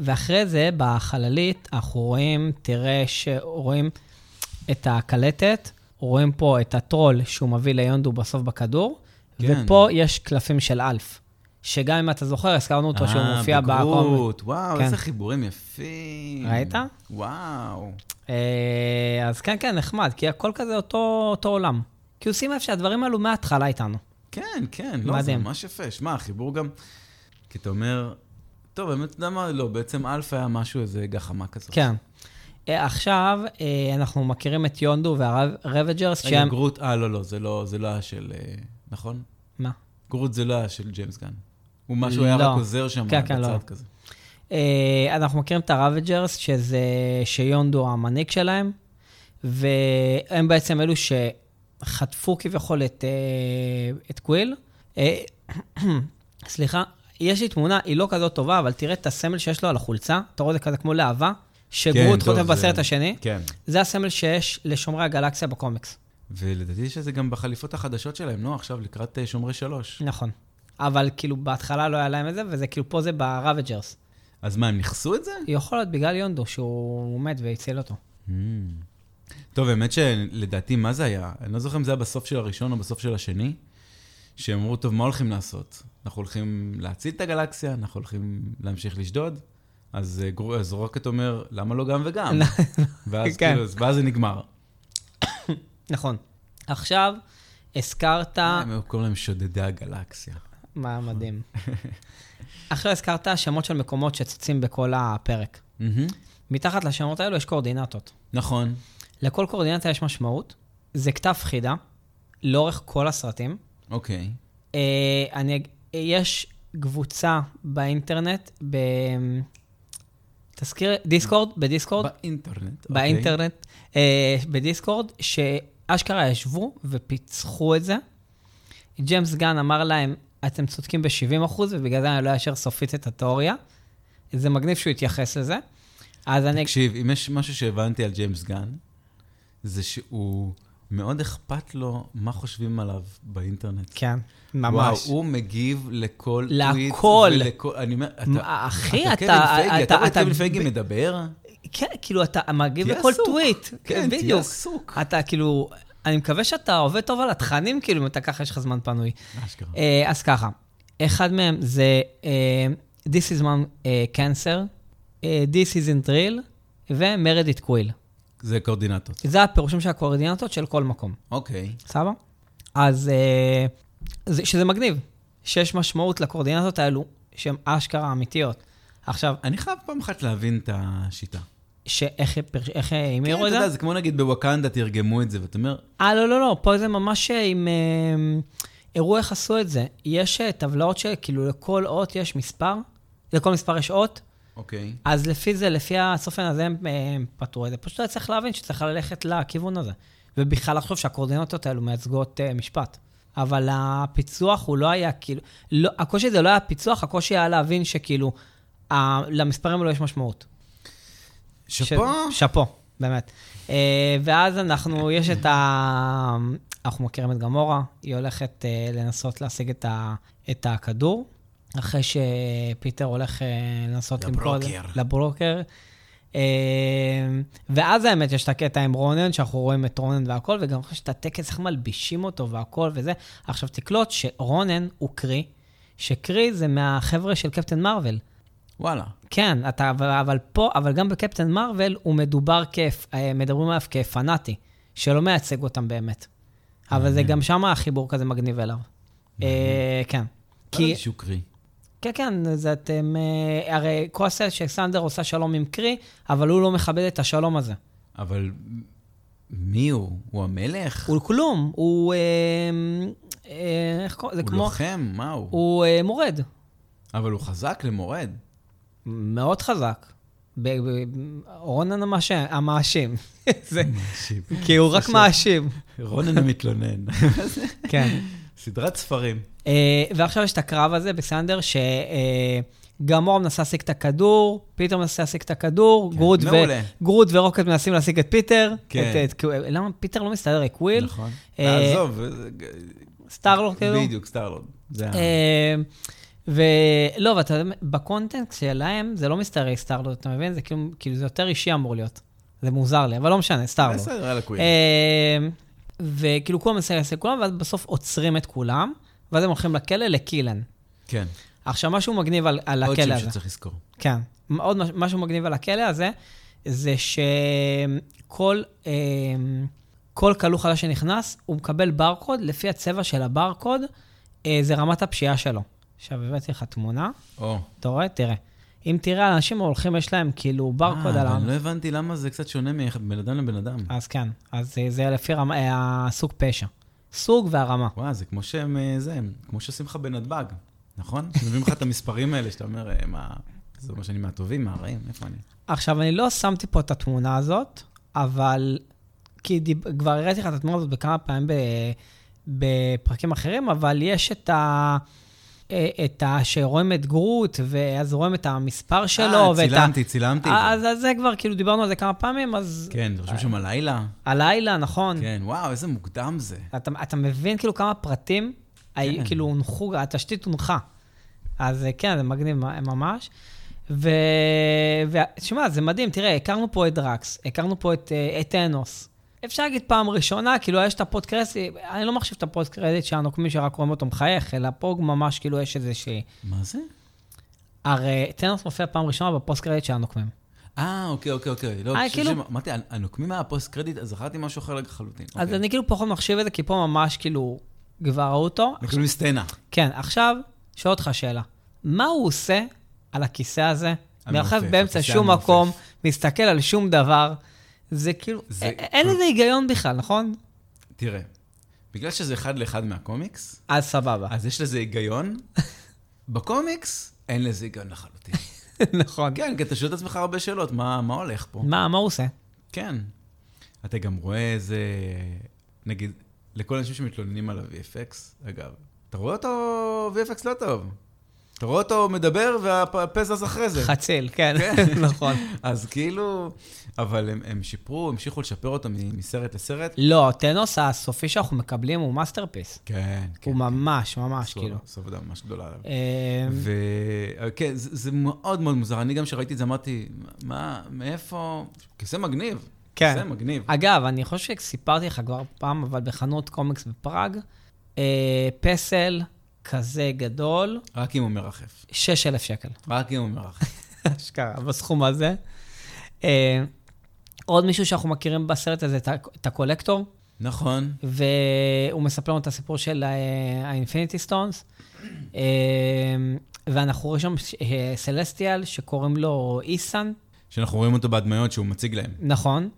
S2: ואחרי זה, בחללית, אנחנו רואים, תראה שרואים את הקלטת, רואים פה את הטרול שהוא מביא ליונדו בסוף בכדור,
S1: כן.
S2: ופה יש קלפים של אלף, שגם אם אתה זוכר, הזכרנו אותו שהוא מופיע בקום.
S1: אה, בגרות, וואו,
S2: כן.
S1: איזה חיבורים יפים.
S2: ראית?
S1: וואו.
S2: אה, אז כן, כן, נחמד, כי הכל כזה אותו, אותו עולם. כי עושים איפה שהדברים האלו מההתחלה איתנו.
S1: כן, כן, לא, זה
S2: מדהים.
S1: ממש יפה. שמע, החיבור גם, כי אתה אומר, טוב, באמת, אתה יודע מה, לא, בעצם אלפא היה משהו, איזה גחמה כזאת.
S2: כן. אה, עכשיו, אה, אנחנו מכירים את יונדו והרווג'רס,
S1: רגע,
S2: שהם...
S1: גרוט, אה, לא, לא, זה לא, זה לא היה של, אה, נכון?
S2: מה?
S1: גרוט זה לא היה של ג'יימס גן. הוא משהו היה
S2: לא.
S1: רק עוזר שם,
S2: כן, כן,
S1: בצד
S2: לא.
S1: כזה.
S2: אה, אנחנו מכירים את הרווג'רס, שזה שיונדו המנהיג שלהם, והם בעצם אלו שחטפו כביכול את, אה, את קוויל. אה, סליחה, יש לי תמונה, היא לא כזאת טובה, אבל תראה את הסמל שיש לו על החולצה, אתה רואה את זה כזה כמו להבה,
S1: כן,
S2: שגרוט
S1: טוב,
S2: חוטף
S1: זה-
S2: בסרט השני.
S1: כן.
S2: זה הסמל שיש לשומרי הגלקסיה בקומיקס.
S1: ולדעתי שזה גם בחליפות החדשות שלהם, לא? עכשיו, לקראת אה, שומרי שלוש.
S2: נכון. אבל כאילו בהתחלה לא היה להם את זה, וזה כאילו פה זה ברווג'רס.
S1: אז מה, הם נכסו את זה?
S2: יכול להיות בגלל יונדו שהוא מת והציל אותו.
S1: Mm. טוב, האמת שלדעתי, מה זה היה? אני לא זוכר אם זה היה בסוף של הראשון או בסוף של השני, שאמרו, טוב, מה הולכים לעשות? אנחנו הולכים להציל את הגלקסיה, אנחנו הולכים להמשיך לשדוד, אז, אה, גרו- אז רוקט אומר, למה לא גם וגם? ואז
S2: כן.
S1: כאילו, אז- ואז זה נגמר.
S2: נכון. עכשיו, הזכרת...
S1: הם היו קוראים להם שודדי הגלקסיה.
S2: מה מדהים. עכשיו הזכרת שמות של מקומות שצצים בכל הפרק. מתחת לשמות האלו יש קואורדינטות.
S1: נכון.
S2: לכל קואורדינטה יש משמעות. זה כתב חידה, לאורך כל הסרטים.
S1: אוקיי.
S2: אה, אני, אג- אה, יש קבוצה באינטרנט, ב... תזכיר, דיסקורד, בדיסקורד,
S1: באינטרנט. אוקיי.
S2: באינטרנט, אה, בדיסקורד, שאשכרה ישבו ופיצחו את זה. ג'יימס גן אמר להם, אתם צודקים ב-70%, ובגלל זה אני לא אאשר סופית את התיאוריה. זה מגניב שהוא התייחס לזה. אז אני...
S1: תקשיב, אם יש משהו שהבנתי על ג'יימס גן, זה שהוא מאוד אכפת לו מה חושבים עליו באינטרנט.
S2: כן,
S1: וואו,
S2: ממש.
S1: הוא מגיב לכל
S2: להכל.
S1: טוויט. ולכל- אני אומר, אתה...
S2: מה, אה,
S1: אתה...
S2: אחי, אתה-
S1: קווין פייגי, אתה
S2: אתה-
S1: רואה את
S2: אתה-
S1: קווין פייגי מדבר?
S2: כן, כאילו, אתה מגיב
S1: תהיה
S2: לכל
S1: עסוק.
S2: טוויט.
S1: כן, תהיה
S2: בדיוק.
S1: עסוק.
S2: אתה כאילו, אני מקווה שאתה עובד טוב על התכנים, כאילו, אם אתה ככה, יש לך זמן פנוי.
S1: אשכרה.
S2: אה, אז ככה, אחד מהם זה אה, This is man אה, cancer, אה, This is in drill, ו-Meredit Quill.
S1: זה קורדינטות.
S2: זה הפירושים של הקואורדינטות של כל מקום,
S1: אוקיי.
S2: סבבה? אז אה, זה, שזה מגניב, שיש משמעות לקואורדינטות האלו, שהן אשכרה אמיתיות. עכשיו,
S1: אני חייב פעם אחת להבין את השיטה.
S2: שאיך פר- איך, אה,
S1: כן,
S2: המירו
S1: אתה
S2: את זה?
S1: יודע, זה כמו נגיד בווקנדה תרגמו את זה, ואתה אומר,
S2: אה, לא, לא, לא, פה זה ממש אה, עם... אה, הראו איך עשו את זה. יש אה, טבלאות שכאילו לכל אות יש מספר, לכל מספר יש אות,
S1: אוקיי.
S2: אז לפי זה, לפי הסופן הזה הם, הם פתרו את זה. פשוט היה צריך להבין שצריך ללכת לכיוון הזה. ובכלל לחשוב שהקואורדינטות האלו מייצגות uh, משפט. אבל הפיצוח הוא לא היה כאילו... לא, הקושי הזה לא היה פיצוח, הקושי היה להבין שכאילו, uh, למספרים האלו יש משמעות.
S1: שאפו?
S2: ש- שאפו, באמת. Uh, ואז אנחנו, יש את ה... אנחנו מכירים את גמורה, היא הולכת uh, לנסות להשיג את, ה, את הכדור, אחרי שפיטר הולך uh, לנסות למכור... את זה-
S1: לברוקר.
S2: לברוקר. Uh, ואז האמת, יש את הקטע עם רונן, שאנחנו רואים את רונן והכל, וגם אחרי שאת הטקס, איך מלבישים אותו והכל וזה. עכשיו תקלוט שרונן הוא קרי, שקרי זה מהחבר'ה של קפטן מרוויל.
S1: וואלה.
S2: כן, אתה, אבל, אבל פה, אבל גם בקפטן מרוויל הוא מדובר כ... אה, מדברים עליו כפנאטי, שלא מייצג אותם באמת. אבל זה גם שם החיבור כזה מגניב אליו. אה, כן. כי,
S1: כי... שוקרי.
S2: כן, כן, זה אתם... אה, הרי כל הסרט שסנדר עושה שלום עם קרי, אבל הוא לא מכבד את השלום הזה.
S1: אבל מי הוא? הוא המלך?
S2: הוא כלום, הוא... אה, אה, איך קוראים? זה
S1: הוא
S2: כמו...
S1: לוחם? מה הוא?
S2: הוא אה, מורד.
S1: אבל הוא חזק למורד.
S2: מאוד חזק. ב- ב- רונן המאש- המאשים. זה...
S1: כן.
S2: כי הוא רק מאשים.
S1: רונן המתלונן.
S2: כן.
S1: סדרת ספרים.
S2: אה, ועכשיו יש את הקרב הזה בסנדר, אה, שגמור מנסה להשיג את הכדור, פיטר מנסה להשיג את הכדור,
S1: כן,
S2: גרוד, ו...
S1: מעולה.
S2: גרוד ורוקט מנסים להשיג את פיטר.
S1: כן.
S2: את, את... למה פיטר לא מסתדר עם קוויל?
S1: נכון.
S2: אה,
S1: עזוב.
S2: סטארלורד כאילו.
S1: בדיוק, סטארלורד. זה ה-
S2: אה, ולא, ואתה יודע, בקונטנט שלהם זה לא מסתדר עם סטארלורד, אתה מבין? זה כאילו, כאילו זה יותר אישי אמור להיות. זה מוזר לי, אבל לא משנה, סטארלורד.
S1: בסדר, יאללה קווין.
S2: אה, וכאילו כולם מנסים להשיג כולם, ואז בסוף עוצרים את כולם, ואז הם הולכים לכלא לקילן.
S1: כן.
S2: עכשיו, משהו מגניב על, על
S1: עוד
S2: הכלא
S1: שם
S2: הזה.
S1: לא שצריך לזכור.
S2: כן. עוד מש- משהו מגניב על הכלא הזה, זה שכל אה, כל כלוא חדש שנכנס, הוא מקבל ברקוד, לפי הצבע של הברקוד, אה, זה רמת הפשיעה שלו. עכשיו, הבאתי לך תמונה,
S1: או.
S2: אתה רואה? תראה. אם תראה, אנשים הולכים, יש להם כאילו ברקוד
S1: אה,
S2: על ה...
S1: אבל לא הבנתי למה זה קצת שונה מבין אדם לבן אדם.
S2: אז כן, אז זה- זה לפי רמה, אה, הסוג פשע. סוג והרמה.
S1: וואי, זה כמו שהם, אה, זה, כמו שעושים לך בנתב"ג, נכון? שמביאים לך את המספרים האלה, שאתה אומר, אה, מה, זה אומר שאני מהטובים, מהרעים, איפה אני?
S2: עכשיו, אני לא שמתי פה את התמונה הזאת, אבל... כי דיב... כבר הראיתי לך את התמונה הזאת בכמה פעמים ב... בפרקים אחרים, אבל יש את ה... אה, את ה... שרואים את גרוט, ואז רואים את המספר שלו,
S1: אה,
S2: ואת
S1: צילמתי, צילמתי. את
S2: ה...
S1: זה.
S2: אז, אז זה כבר, כאילו, דיברנו על זה כמה פעמים, אז... כן.
S1: כן, רשום שם הלילה.
S2: אה. הלילה, נכון.
S1: כן, וואו, איזה מוקדם זה.
S2: אתה, אתה מבין כאילו כמה פרטים, כן. כאילו הונחו, התשתית הונחה. אז אה, כן, זה מגניב מ- ממש. ו... ו... שמע, זה מדהים, תראה, הכרנו פה את דרקס, הכרנו פה את, אה, את אנוס. אפשר להגיד פעם ראשונה, כאילו, יש את הפודקרסט, אני לא מחשיב את הפודקרדיט שהנוקמים שרק רואים אותו מחייך, אלא פה ממש כאילו יש איזה שהיא...
S1: מה זה?
S2: הרי טנוס מופיע פעם ראשונה בפוסט-קרדיט של הנוקמים.
S1: אה, אוקיי, אוקיי, אוקיי. לא,
S2: אה,
S1: חשבתי
S2: כאילו-
S1: שמה- אמרתי, הנ- הנוקמים היה פוסט קרדיט, אז זכרתי משהו אחר לחלוטין.
S2: אז
S1: אוקיי.
S2: אני כאילו פחות מחשיב את זה, כי פה ממש כאילו כבר ראו אותו.
S1: מקבלים סצנה.
S2: כן, עכשיו, שואל אותך שאלה. מה הוא עושה על הכיסא הזה?
S1: המעופף,
S2: מרחב באמצע
S1: הכיסא
S2: שום
S1: המעופף.
S2: מקום, מסתכל על שום דבר. זה כאילו,
S1: זה-
S2: א- אין לזה היגיון בכלל, נכון?
S1: תראה, בגלל שזה אחד לאחד מהקומיקס,
S2: אז סבבה.
S1: אז יש לזה היגיון. בקומיקס, אין לזה היגיון לחלוטין.
S2: נכון.
S1: כן, כי אתה שואל את עצמך הרבה שאלות, מה מה הולך פה?
S2: מה, מה הוא עושה?
S1: כן. אתה גם רואה איזה... נגיד, לכל האנשים שמתלוננים על ה-VFX, אגב, אתה רואה אותו VFX לא טוב. אתה רואה אותו מדבר והפה זז אחרי זה.
S2: חצל, כן, נכון.
S1: אז כאילו, אבל הם, הם שיפרו, המשיכו לשפר אותו מ- מסרט לסרט.
S2: לא, טנוס הסופי שאנחנו מקבלים הוא מאסטרפיס.
S1: כן, כן.
S2: הוא ממש, ממש,
S1: עשו-
S2: כאילו.
S1: עשו עבודה ממש גדולה עליו.
S2: אה,
S1: וכן, זה זה מאוד מאוד מוזר. אני גם שראיתי את זה אמרתי, מה, מאיפה? כיסא מגניב.
S2: כן.
S1: כיסא מגניב.
S2: אגב, אני חושב שסיפרתי לך כבר פעם, אבל בחנות קומיקס בפראג, אה, פסל כזה גדול,
S1: רק אם הוא מרחף.
S2: 6,000 שקל.
S1: רק אם הוא מרחף.
S2: אשכרה, בסכום הזה. אה, עוד מישהו שאנחנו מכירים בסרט הזה, את ה- את הקולקטור,
S1: נכון.
S2: והוא מספר לנו את הסיפור של אה, האינפיניטי סטונס. אה, ואנחנו רואים שם ש- אה, סלסטיאל, שקוראים לו איסן,
S1: שאנחנו רואים אותו בהדמיות שהוא מציג להם.
S2: נכון.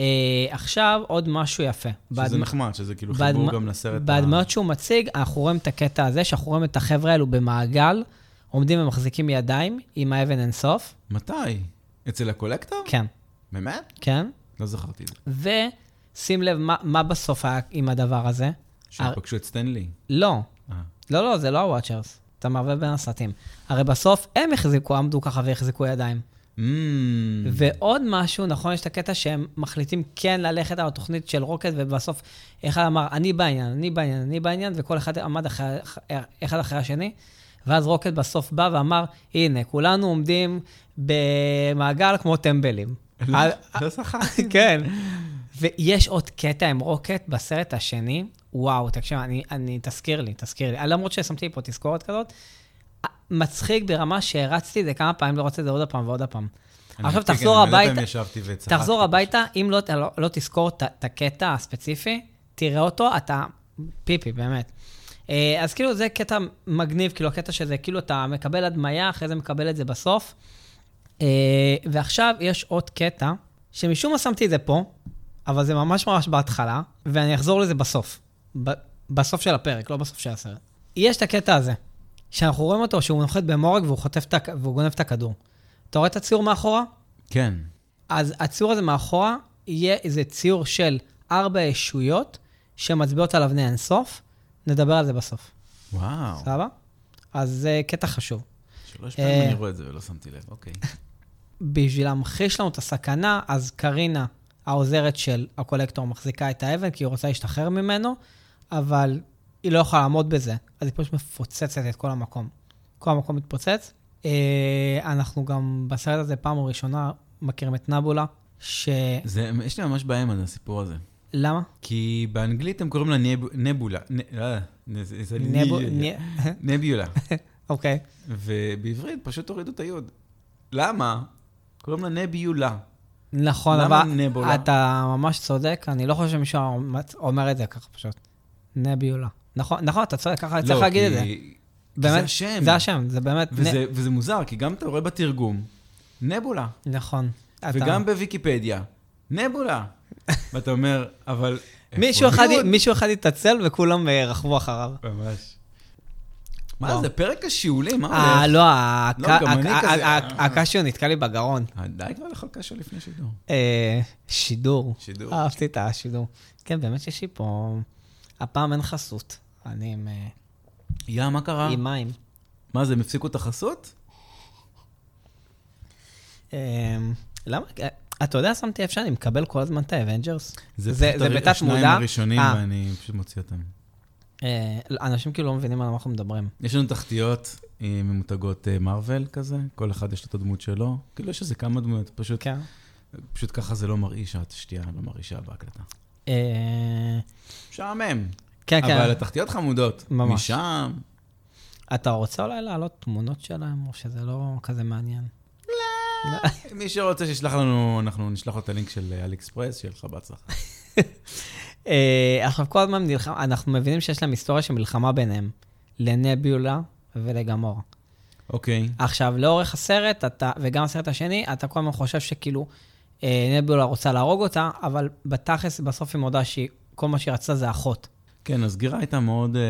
S2: אה, עכשיו, עוד משהו יפה.
S1: שזה
S2: בהדמ-
S1: נחמד, שזה כאילו
S2: בהדמ-
S1: חיבור גם לסרט. ה-
S2: בהדמיות שהוא מציג, אנחנו רואים את הקטע הזה, שאנחנו רואים את החבר'ה האלו במעגל, עומדים ומחזיקים ידיים עם האבן אינסוף.
S1: מתי? אצל הקולקטור?
S2: כן,
S1: באמת?
S2: כן.
S1: לא זכרתי את זה.
S2: ושים לב מה, מה בסוף היה עם הדבר הזה. הר-
S1: שפגשו את סטנלי.
S2: לא,
S1: אה,
S2: לא, לא, זה לא הוואצ'רס. אתה מערבב בין הסרטים. הרי בסוף הם החזיקו, עמדו ככה והחזיקו ידיים.
S1: אמ,
S2: ועוד משהו, נכון, יש את הקטע שהם מחליטים כן ללכת על התוכנית של רוקט, ובסוף אחד אמר, אני בעניין, אני בעניין, אני בעניין, וכל אחד עמד אחרי, אחד אחרי השני. ואז רוקט בסוף בא ואמר, הנה, כולנו עומדים במעגל כמו טמבלים.
S1: לא-
S2: על-
S1: לא זכרתי.
S2: כן. ויש עוד קטע עם רוקט בסרט השני, וואו, תקשיב, אני, אני, תזכיר לי, תזכיר לי. למרות ששמתי לי פה תזכורת כזאת, מצחיק ברמה שהרצתי את זה כמה פעמים, לראות את זה עוד פעם ועוד פעם.
S1: אני
S2: עכשיו
S1: מציג,
S2: תחזור
S1: אני לא מלא
S2: הביתה,
S1: פעמים ישבתי וצחקתי.
S2: תחזור הביתה, אם לא, לא, לא תזכור את- את הקטע הספציפי, תראה אותו, אתה פיפי, באמת. אה, אז כאילו זה קטע מגניב, כאילו הקטע שזה, כאילו אתה מקבל הדמיה, אחרי זה מקבל את זה בסוף. אה, ועכשיו יש עוד קטע, שמשום מה שמתי את זה פה, אבל זה ממש ממש בהתחלה, ואני אחזור לזה בסוף. ב- בסוף של הפרק, לא בסוף של הסרט. יש את הקטע הזה, שאנחנו רואים אותו שהוא נוחת במורג והוא חוטף את, הכ- והוא גונב את הכדור. אתה רואה את הציור מאחורה?
S1: כן.
S2: אז הציור הזה מאחורה יהיה איזה ציור של ארבע ישויות שמצביעות על אבני אינסוף. נדבר על זה בסוף,
S1: וואו.
S2: סבבה? אז זה קטע חשוב.
S1: שלוש
S2: אה.
S1: פעמים אני רואה את זה ולא שמתי לב, אוקיי.
S2: בשביל להמחיש לנו את הסכנה, אז קרינה, העוזרת של הקולקטור, מחזיקה את האבן כי היא רוצה להשתחרר ממנו, אבל היא לא יכולה לעמוד בזה. אז היא פשוט מפוצצת את כל המקום. כל המקום מתפוצץ. אה, אנחנו גם בסרט הזה פעם ראשונה מכירים את נבולה, ש...
S1: זה- יש לי ממש בעיה עם הסיפור הזה.
S2: למה?
S1: כי באנגלית הם קוראים לה נב- נבולה. נ- אה, נ- זה- זה-
S2: נבו...
S1: נ-
S2: נ-
S1: נביולה.
S2: אוקיי.
S1: ובעברית פשוט הורידו את היוד. למה? קוראים לה נביולה.
S2: נכון,
S1: למה
S2: אבל
S1: נבולה?
S2: אתה ממש צודק, אני לא חושב שמישהו אומר- אומר את זה ככה פשוט. נביולה. נכון, נכון, אתה צודק, ככה צריך
S1: לא,
S2: להגיד
S1: כי-
S2: את זה.
S1: כי
S2: באמת,
S1: זה השם.
S2: זה השם, זה באמת... נ-
S1: וזה, וזה מוזר, כי גם אתה רואה בתרגום, נבולה,
S2: נכון. אתה-
S1: וגם בוויקיפדיה, נבולה. ואתה אומר, אבל... איפה לא-
S2: מישהו אחד-
S1: היוד?"
S2: מישהו אחד התעצל וכולם אה, רכבו אחריו.
S1: ממש.
S2: וואו.
S1: מה זה, פרק השיעולים, מה
S2: אה,
S1: הולך?
S2: לא,
S1: גם אני כזה, אה.
S2: הקשיו נתקע לי בגרון.
S1: אה, די כבר לאכול קשו לפני שידור.
S2: אה, שידור.
S1: שידור.
S2: אהבתי את השידור. כן, באמת שיש לי פה... הפעם אין חסות. אני עם, אה,
S1: יא, מה קרה?
S2: עם מים.
S1: מה זה, הם הפסיקו את החסות?
S2: אמ, למה? אתה יודע, שמתי לב שאני מקבל כל הזמן את האבנג'רס.
S1: פשוט הר- השניים הראשונים,
S2: אה.
S1: ואני פשוט מוציא אותם.
S2: אנשים כאילו לא מבינים על מה אנחנו מדברים.
S1: יש לנו תחתיות אה, ממותגות אה, מארוול כזה, כל אחד יש לו את הדמות שלו. כאילו, יש איזה כמה דמויות, פשוט
S2: כן.
S1: פשוט ככה זה לא מרעיש, השתייה לא מרעישה בהקלטה.
S2: אה,
S1: משעמם.
S2: כן,
S1: אבל
S2: כן.
S1: התחתיות חמודות.
S2: ממש.
S1: משם.
S2: אתה רוצה אולי להעלות תמונות שלהם, או שזה לא כזה מעניין?
S1: מי שרוצה שישלח לנו, אנחנו נשלח לו את הלינק של אלי אקספרס, שיהיה לך בהצלחה.
S2: אה, עכשיו, כל הזמן נלחם, אנחנו מבינים שיש להם היסטוריה של מלחמה ביניהם, לנביולה ולגמורה.
S1: אוקיי.
S2: עכשיו, לאורך הסרט, אתה, וגם הסרט השני, אתה כל הזמן חושב שכאילו אה, נבולה רוצה להרוג אותה, אבל בתכלס, בסוף היא מודה שכל מה שהיא רצתה זה אחות.
S1: כן, הסגירה הייתה מאוד... אה,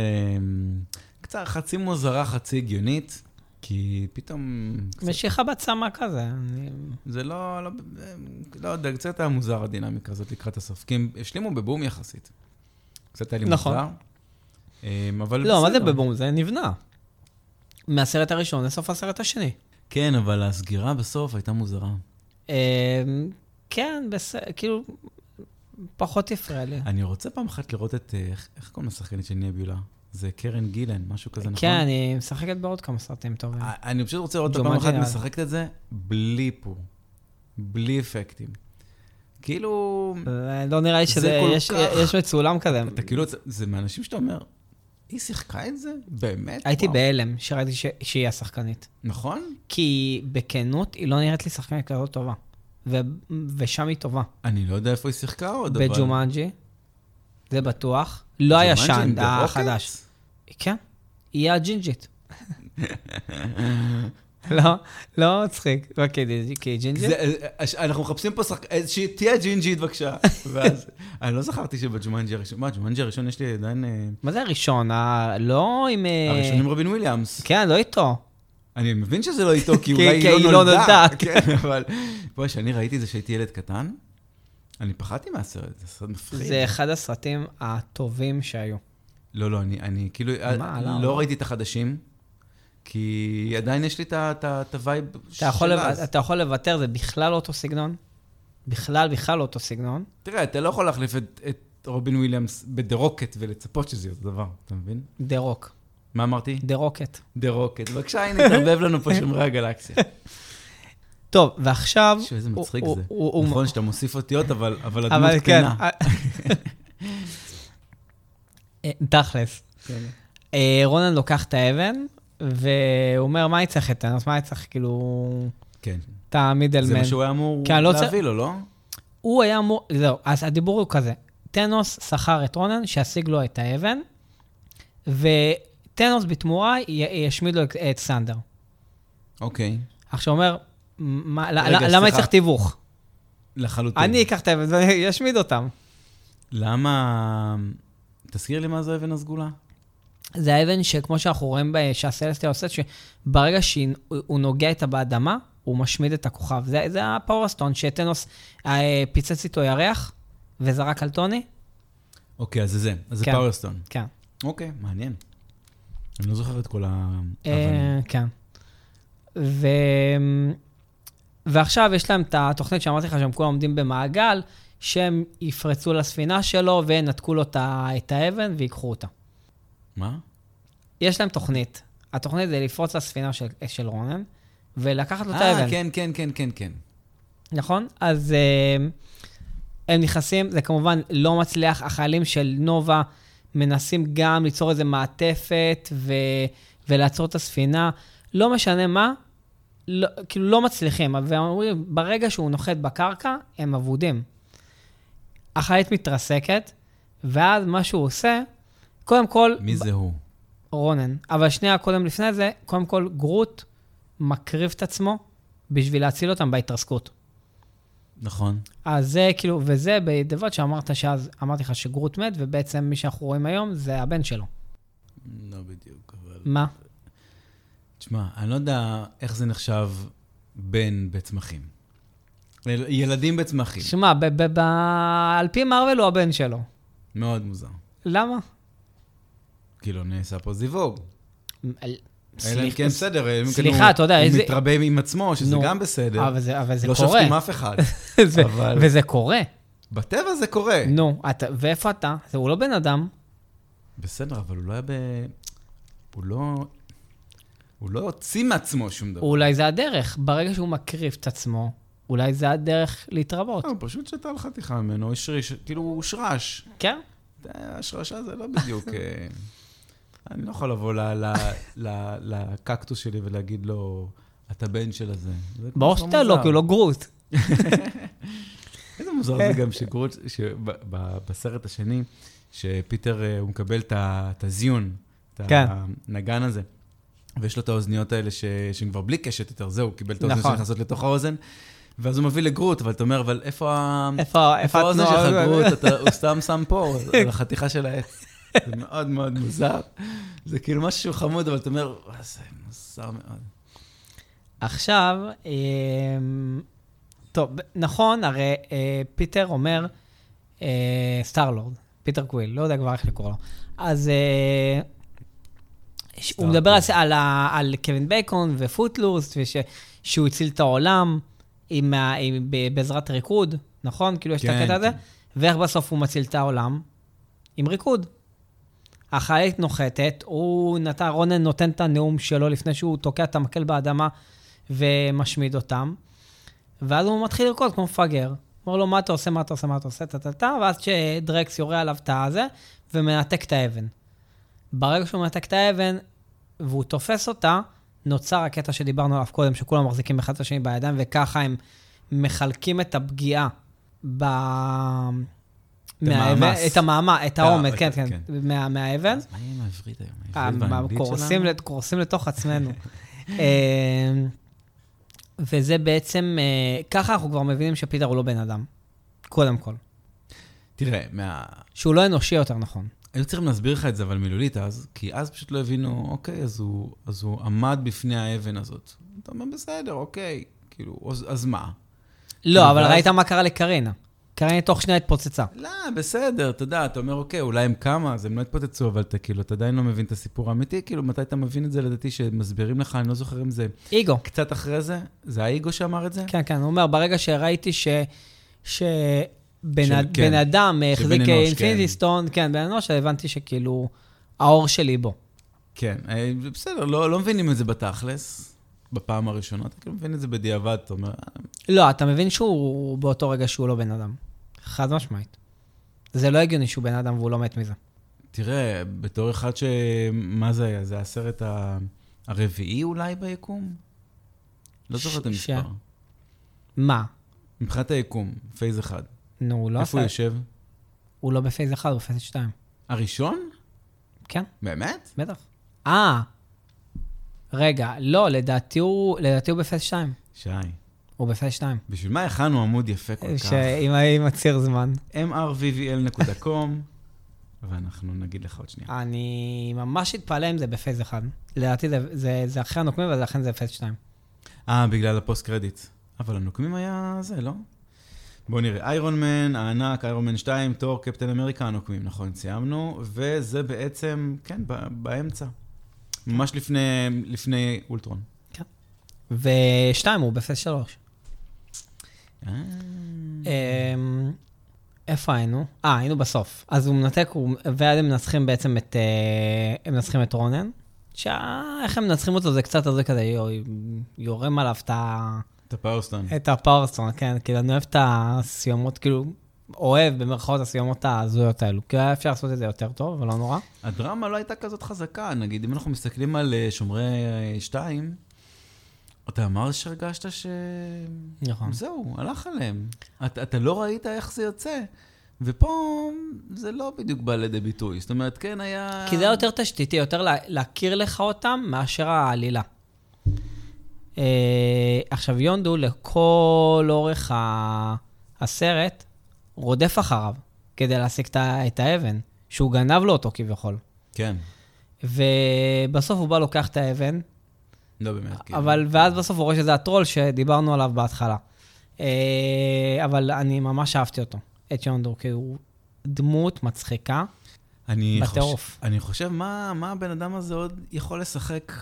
S1: קצת חצי מוזרה, חצי הגיונית, כי פתאום... קצת-
S2: משיכה בת סמה כזה. אני...
S1: זה לא... לא- אה, לא יודע, קצת היה מוזר הדינמיקה הזאת לקראת הסוף. כי הם השלימו בבום יחסית. קצת היה לי
S2: נכון.
S1: מוזר. אמ, אבל
S2: לא, מה זה
S1: בסדר.
S2: בבום? זה נבנה. מהסרט הראשון לסוף הסרט השני.
S1: כן, אבל הסגירה בסוף הייתה מוזרה.
S2: אמ, כן, בסדר, כאילו, פחות הפריע לי.
S1: אני רוצה פעם אחת לראות את, אה, איך- איך קוראים לשחקנית של ניאביולה? זה קרן גילן, משהו כזה, נכון?
S2: כן, אני משחקת בעוד כמה סרטים טובים.
S1: א- אני פשוט רוצה לראות אותה פעם
S2: ג'ומאג'י
S1: אחת
S2: נראה לי.
S1: משחקת את זה בלי איפור, בלי אפקטים. כאילו,
S2: אה, לא נראה לי שזה,
S1: כל
S2: יש-
S1: כך-
S2: יש מצולם כזה.
S1: אתה כאילו, זה- זה מאנשים שאתה אומר, היא שיחקה את זה? באמת?
S2: הייתי
S1: וואו."
S2: בהלם שראיתי ש- שהיא השחקנית.
S1: נכון?
S2: כי בכנות, היא לא נראית לי שחקנית כזאת טובה. ו- ושם היא טובה.
S1: אני לא יודע איפה היא שיחקה עוד, אבל...
S2: בג'ומאנג'י, זה בטוח. לא
S1: ג'ומאנג'י
S2: הישן,
S1: עם The
S2: החדש.
S1: Rockets?
S2: כן, היא הג'ינג'ית. לא, לא מצחיק. לא, כי היא- כי היא ג'ינג'ית.
S1: זה- אה, אנחנו מחפשים פה שחק... איזושהי... תהיה ג'ינג'ית בבקשה. ואז... אני לא זכרתי שבג'ומאנג'י הראשון... מה, ג'ומאנג'י הראשון יש לי עדיין... אה,
S2: מה זה הראשון? ה- לא עם... אה,
S1: הראשון עם רובין וויליאמס.
S2: כן, לא איתו.
S1: אני מבין שזה לא איתו, כי
S2: כי-
S1: אולי
S2: כי
S1: היא
S2: היא
S1: לא
S2: לא
S1: נולדה.
S2: נולדה,
S1: כן, אבל... בואי, כשאני ראיתי את זה כשהייתי ילד קטן, אני פחדתי מהסרט, זה סרט מפחיד.
S2: זה אחד הסרטים הטובים שהיו.
S1: לא, לא, אני, אני כאילו,
S2: מה,
S1: אני
S2: לא,
S1: לא
S2: לא.
S1: ראיתי את החדשים, כי עדיין יש לי את ה- את ה- את הווייב
S2: אתה יכול,
S1: של
S2: לו-
S1: אז.
S2: אתה יכול לוותר, זה בכלל לא אותו סגנון. בכלל, בכלל לא אותו סגנון.
S1: תראה, אתה לא יכול להחליף את את רובין וויליאמס ב"דה רוקט" ולצפות שזה יהיה אותו דבר, אתה מבין?
S2: דה רוק.
S1: מה אמרתי?
S2: דה רוקט.
S1: דה רוקט. בבקשה, הנה, תערבב לנו פה שומרי הגלקסיה.
S2: טוב, ועכשיו...
S1: תשמע, איזה
S2: הוא-
S1: מצחיק
S2: הוא-
S1: זה.
S2: הוא- הוא-
S1: נכון שאתה מוסיף אותיות, אבל אבל הדמות
S2: אבל כן.
S1: קטנה.
S2: אה, תכלס.
S1: כן.
S2: אה, רונן לוקח את האבן, והוא אומר, מה אני צריך את טאנוס? מה אני צריך, כאילו,
S1: כן.
S2: את המידלמן?
S1: זה מה שהוא היה אמור
S2: כן, לא צריך-
S1: להביא לו, לא?
S2: הוא היה אמור, זהו, אז הדיבור הוא כזה, טנוס שכר את רונן שישיג לו את האבן, וטנוס בתמורה י- ישמיד לו את- את סנדר.
S1: אוקיי.
S2: עכשיו אומר, מה, ל-
S1: רגע,
S2: ל- למה אני
S1: סליחה. כן.
S2: צריך תיווך?
S1: לחלוטין.
S2: אני אקח את האבן וישמיד אותם.
S1: למה... תזכיר לי מה זו אבן הסגולה.
S2: זה האבן שכמו שאנחנו רואים ב- שהסלסטיה עושה, שברגע שהוא נוגע איתה באדמה, הוא משמיד את הכוכב. זה, זה הפאורסטון שטנוס אה, פיצץ איתו ירח וזרק על טוני?
S1: אוקיי, אז זה זה. אז זה
S2: כן.
S1: פאוורסטון.
S2: כן.
S1: אוקיי, מעניין. אני לא זוכר את כל האבנים.
S2: אה, כן. ו... ועכשיו יש להם את התוכנית שאמרתי לך שהם כולם עומדים במעגל, שהם יפרצו לספינה שלו וינתקו לו את ה- את האבן ויקחו אותה.
S1: מה?
S2: יש להם תוכנית. התוכנית זה לפרוץ לספינה של, של רונן ולקחת לו את האבן.
S1: אה, כן, כן, כן, כן, כן.
S2: נכון? אז אה, הם נכנסים, זה כמובן לא מצליח, החיילים של נובה מנסים גם ליצור איזה מעטפת ו, ולעצור את הספינה, לא משנה מה, לא, כאילו לא מצליחים, אבל הם אומרים, ברגע שהוא נוחת בקרקע, הם אבודים. החיילת מתרסקת, ואז מה שהוא עושה, קודם כל,
S1: מי זה הוא?
S2: רונן. אבל שנייה קודם לפני זה, קודם כל, גרוט מקריב את עצמו בשביל להציל אותם בהתרסקות.
S1: נכון.
S2: אז זה כאילו, וזה בדבר שאמרת שאז, אמרתי לך שגרוט מת, ובעצם מי שאנחנו רואים היום זה הבן שלו.
S1: לא בדיוק, אבל...
S2: מה?
S1: תשמע, אני לא יודע איך זה נחשב בן בצמחים. אל- ילדים בצמחים.
S2: שמע, ב- ב- ב- על פי מארוול הוא הבן שלו.
S1: מאוד מוזר.
S2: למה?
S1: כאילו, נעשה פה זיווג.
S2: אל-
S1: אלא אם
S2: סליח-
S1: כן בסדר, אלא אם כן
S2: סליחה,
S1: הוא-
S2: אתה יודע,
S1: הוא
S2: איזה-
S1: מתרבה עם עצמו, שזה
S2: נו,
S1: גם בסדר.
S2: אבל זה, אבל זה
S1: לא
S2: קורה.
S1: שופטים אף אחד.
S2: זה-
S1: אבל- כן.
S2: וזה קורה.
S1: בטבע זה קורה.
S2: נו, אתה- ואיפה אתה? זה- הוא לא בן אדם.
S1: בסדר, אבל הוא לא היה ב... הוא לא... הוא לא הוציא מעצמו שום דבר.
S2: אולי זה הדרך. ברגע שהוא מקריב את עצמו, אולי זה הדרך להתרבות.
S1: לא, הוא פשוט שתה על חתיכה ממנו, השריש, כאילו הוא הושרש.
S2: כן?
S1: אתה יודע, השרשה זה לא בדיוק... אה, אני לא יכול לבוא ל- ל- ל- לקקטוס שלי ולהגיד לו, אתה בן של הזה. זה כל
S2: ברור
S1: כך
S2: שאתה לא,
S1: מוזר.
S2: כי הוא לא גרוט.
S1: איזה מוזר זה גם שקורט, שבסרט השני, שפיטר, אה, הוא מקבל את ה- את הזיון, את
S2: כן.
S1: הנגן הזה, ויש לו את האוזניות האלה ש- שהן כבר בלי קשת יותר, זהו, הוא קיבל את האוזניות
S2: נכון.
S1: שנכנסות לתוך האוזן, ואז הוא מביא לגרוט, אבל אתה אומר, אבל איפה ה-
S2: איפה
S1: איפה
S2: איפה
S1: האוזן
S2: התנועה?
S1: שלך, גרוט? אתה- הוא סתם שם פה, על החתיכה של העץ. זה מאוד מאוד מוזר. זה כאילו משהו שהוא חמוד, אבל אתה אומר, "וואי, זה מוזר מאוד.
S2: עכשיו, אמ, טוב, נכון, הרי אה, פיטר אומר, אה, סטארלורד, פיטר קוויל, לא יודע כבר איך לקרוא לו. אז אה, ש- הוא מדבר על, על, ה- על קווין בייקון ופוטלוס, וש, שהוא הציל את העולם עם, ה- עם, ב- בעזרת ריקוד, נכון? כאילו, יש את
S1: כן,
S2: הקטע הזה.
S1: כן.
S2: ואיך בסוף הוא מציל את העולם? עם ריקוד. החיילת נוחתת, הוא נתן, רונן נותן את הנאום שלו לפני שהוא תוקע את המקל באדמה ומשמיד אותם. ואז הוא מתחיל לרקוד כמו מפגר. אומר לו, מה אתה עושה, מה אתה עושה, מה אתה עושה, טה-טה-טה, ואז כשדרקס יורה עליו את הזה, ומנתק את האבן. ברגע שהוא מנתק את האבן, והוא תופס אותה, נוצר הקטע שדיברנו עליו קודם, שכולם מחזיקים אחד את השני בידיים, וככה הם מחלקים את הפגיעה ב... מהאבן-
S1: המאמץ.
S2: את המאמץ, את
S1: ה-
S2: העומד,
S1: את
S2: כן,
S1: ה-
S2: כן,
S1: כן.
S2: מה- מהאבן.
S1: אז מה יהיה עם העברית היום? העברית והאנגלית
S2: אה, קורסים,
S1: שלנו?
S2: לת- קורסים לתוך עצמנו. אמ, וזה בעצם, אה, ככה אנחנו כבר מבינים שפיטר הוא לא בן אדם, קודם כל.
S1: תראה, מה...
S2: שהוא לא אנושי יותר נכון.
S1: היו צריכים להסביר לך את זה, אבל מילולית אז, כי אז פשוט לא הבינו, אוקיי, אז הוא, אז הוא עמד בפני האבן הזאת. אתה אומר, בסדר, אוקיי, כאילו, אז, אז מה?
S2: לא, אבל
S1: ואז-
S2: ראית מה קרה לקרינה. קרינה תוך שנייה התפוצצה.
S1: לא, בסדר, אתה יודע, אתה אומר, אוקיי, אולי הם כמה, אז הם לא התפוצצו, אבל אתה כאילו, אתה עדיין לא מבין את הסיפור האמיתי, כאילו, מתי אתה מבין את זה, לדעתי, שמסבירים לך, אני לא זוכר אם זה
S2: איגו.
S1: קצת אחרי זה, זה האיגו שאמר את זה?
S2: כן, כן, הוא אומר, ברגע שראיתי ש... שבן
S1: של-
S2: בן
S1: כן.
S2: אדם אה,
S1: שבן
S2: החזיק
S1: אנוש,
S2: אינפיניטי
S1: כן.
S2: סטון, כן, בן אנוש, הבנתי שכאילו, האור שלי בו.
S1: כן, אה, בסדר, לא, לא מבינים את זה בתכלס, בפעם הראשונה, אתה כאילו מבין את זה בדיעבד, אתה אומר, "אה,
S2: לא, אתה מבין שהוא באותו רגע שהוא לא בן אדם. חד משמעית. זה לא הגיוני שהוא בן אדם והוא לא מת מזה.
S1: תראה, בתור אחד ש... מה זה היה? זה הסרט ה... הרביעי אולי ביקום? לא זוכר את
S2: ש-
S1: המספר.
S2: מה?
S1: מבחינת היקום, פייז אחד.
S2: נו, הוא לא
S1: איפה
S2: עשה...
S1: הוא יושב?
S2: הוא לא בפייס 1, הוא בפייס 2.
S1: הראשון?
S2: כן,
S1: באמת?
S2: בטח. אה, רגע, לא, לדעתי הוא, לדעתי הוא בפייס 2.
S1: שי,
S2: הוא בפייס 2.
S1: בשביל מה הכנו עמוד יפה כל כך?
S2: שעם עם הציר זמן.
S1: mrvvl.com, ואנחנו נגיד לך עוד שנייה.
S2: אני ממש אתפלא אם זה בפייס 1. לדעתי זה, זה, זה אחרי הנוקמים, אבל אכן זה בפייס 2.
S1: אה, בגלל הפוסט קרדיט. אבל הנוקמים היה זה, לא? בואו נראה. איירון מן, הענק, איירון מן 2, תור, קפטן אמריקה, הנוקמים, נכון, סיימנו. וזה בעצם, כן, ב- באמצע. ממש לפני, לפני אולטרון.
S2: ו-2 הוא בפייס 3.
S1: אה,
S2: אמ, איפה היינו? אה, היינו בסוף. אז הוא מנתק, הוא- ואז הם מנצחים בעצם את... אה, הם מנצחים את רונן. שאיך הם מנצחים אותו זה קצת הזה כזה, יו- יורם עליו את ה...
S1: את הפאורסטון.
S2: את הפאורסון, כן, כאילו, אני אוהב את הסיומות, כאילו, אוהב במרכאות הסיומות ההזויות האלו. כאילו, היה אפשר לעשות את זה יותר טוב, אבל לא נורא.
S1: הדרמה לא הייתה כזאת חזקה, נגיד, אם אנחנו מסתכלים על אה, שומרי 2, אתה אמר שהרגשת ש...
S2: נכון.
S1: זהו, הלך עליהם. אתה, אתה לא ראית איך זה יוצא. ופה זה לא בדיוק בא לידי ביטוי. זאת אומרת, כן היה...
S2: כי זה היה יותר תשתיתי, יותר לה, להכיר לך אותם מאשר העלילה. אה, עכשיו, יונדו, לכל אורך ה... הסרט, רודף אחריו כדי להשיג את ה- את האבן, שהוא גנב לו אותו כביכול.
S1: כן,
S2: ובסוף הוא בא, לוקח את האבן,
S1: לא באמת. כאילו.
S2: אבל, ואז בסוף הוא רואה שזה הטרול שדיברנו עליו בהתחלה. אה, אבל אני ממש אהבתי אותו, את יונדו, כי הוא דמות מצחיקה.
S1: אני
S2: בטירוף.
S1: חושב, אני חושב, מה, מה הבן אדם הזה עוד יכול לשחק?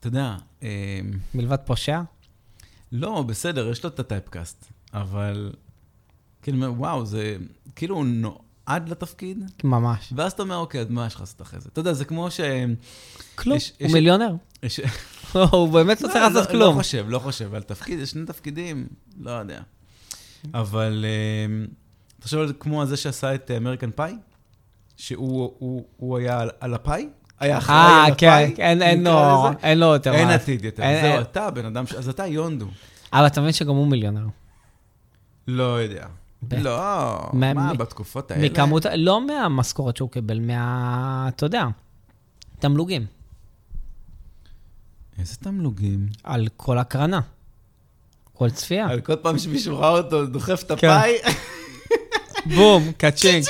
S1: אתה יודע, אה,
S2: מלבד פושע,
S1: לא, בסדר, יש לו את הטייפקאסט, אבל... כאילו, אני אומר, וואו, זה... כאילו, הוא נועד לתפקיד,
S2: ממש.
S1: ואז אתה אומר, אוקיי, אז מה יש לך לעשות אחרי זה? אתה יודע, זה כמו ש...
S2: כלום,
S1: יש-
S2: הוא
S1: יש-
S2: מיליונר.
S1: יש-
S2: הוא באמת לא צריך
S1: לא,
S2: לעשות
S1: לא-
S2: כלום.
S1: לא חושב, לא חושב. על תפקיד, יש שני תפקידים, לא יודע. אבל אה, תחשוב על זה כמו הזה שעשה את אמריקן פאי, שהוא הוא- הוא היה על- על הפאי, היה אחראי
S2: אה,
S1: על הפאי.
S2: כן, אין- אין
S1: נכון. נקרא
S2: לו,
S1: לזה.
S2: אין לו יותר.
S1: אין
S2: מה.
S1: עתיד יותר.
S2: אין-
S1: זהו,
S2: אין-
S1: אתה בן אדם, ש- אז אתה יונדו.
S2: אבל אתה מבין שגם הוא מיליונר.
S1: לא יודע.
S2: בטח.
S1: לא,
S2: מה-
S1: מה,
S2: מ-
S1: בתקופות האלה?
S2: מכמות, לא מהמשכורת שהוא קיבל, מה... אתה יודע, תמלוגים.
S1: איזה תמלוגים.
S2: על כל הקרנה. כל צפייה.
S1: על כל פעם שמישהו ראה אותו דוחף את
S2: כן.
S1: הפאי,
S2: בום, קאצ'ינג.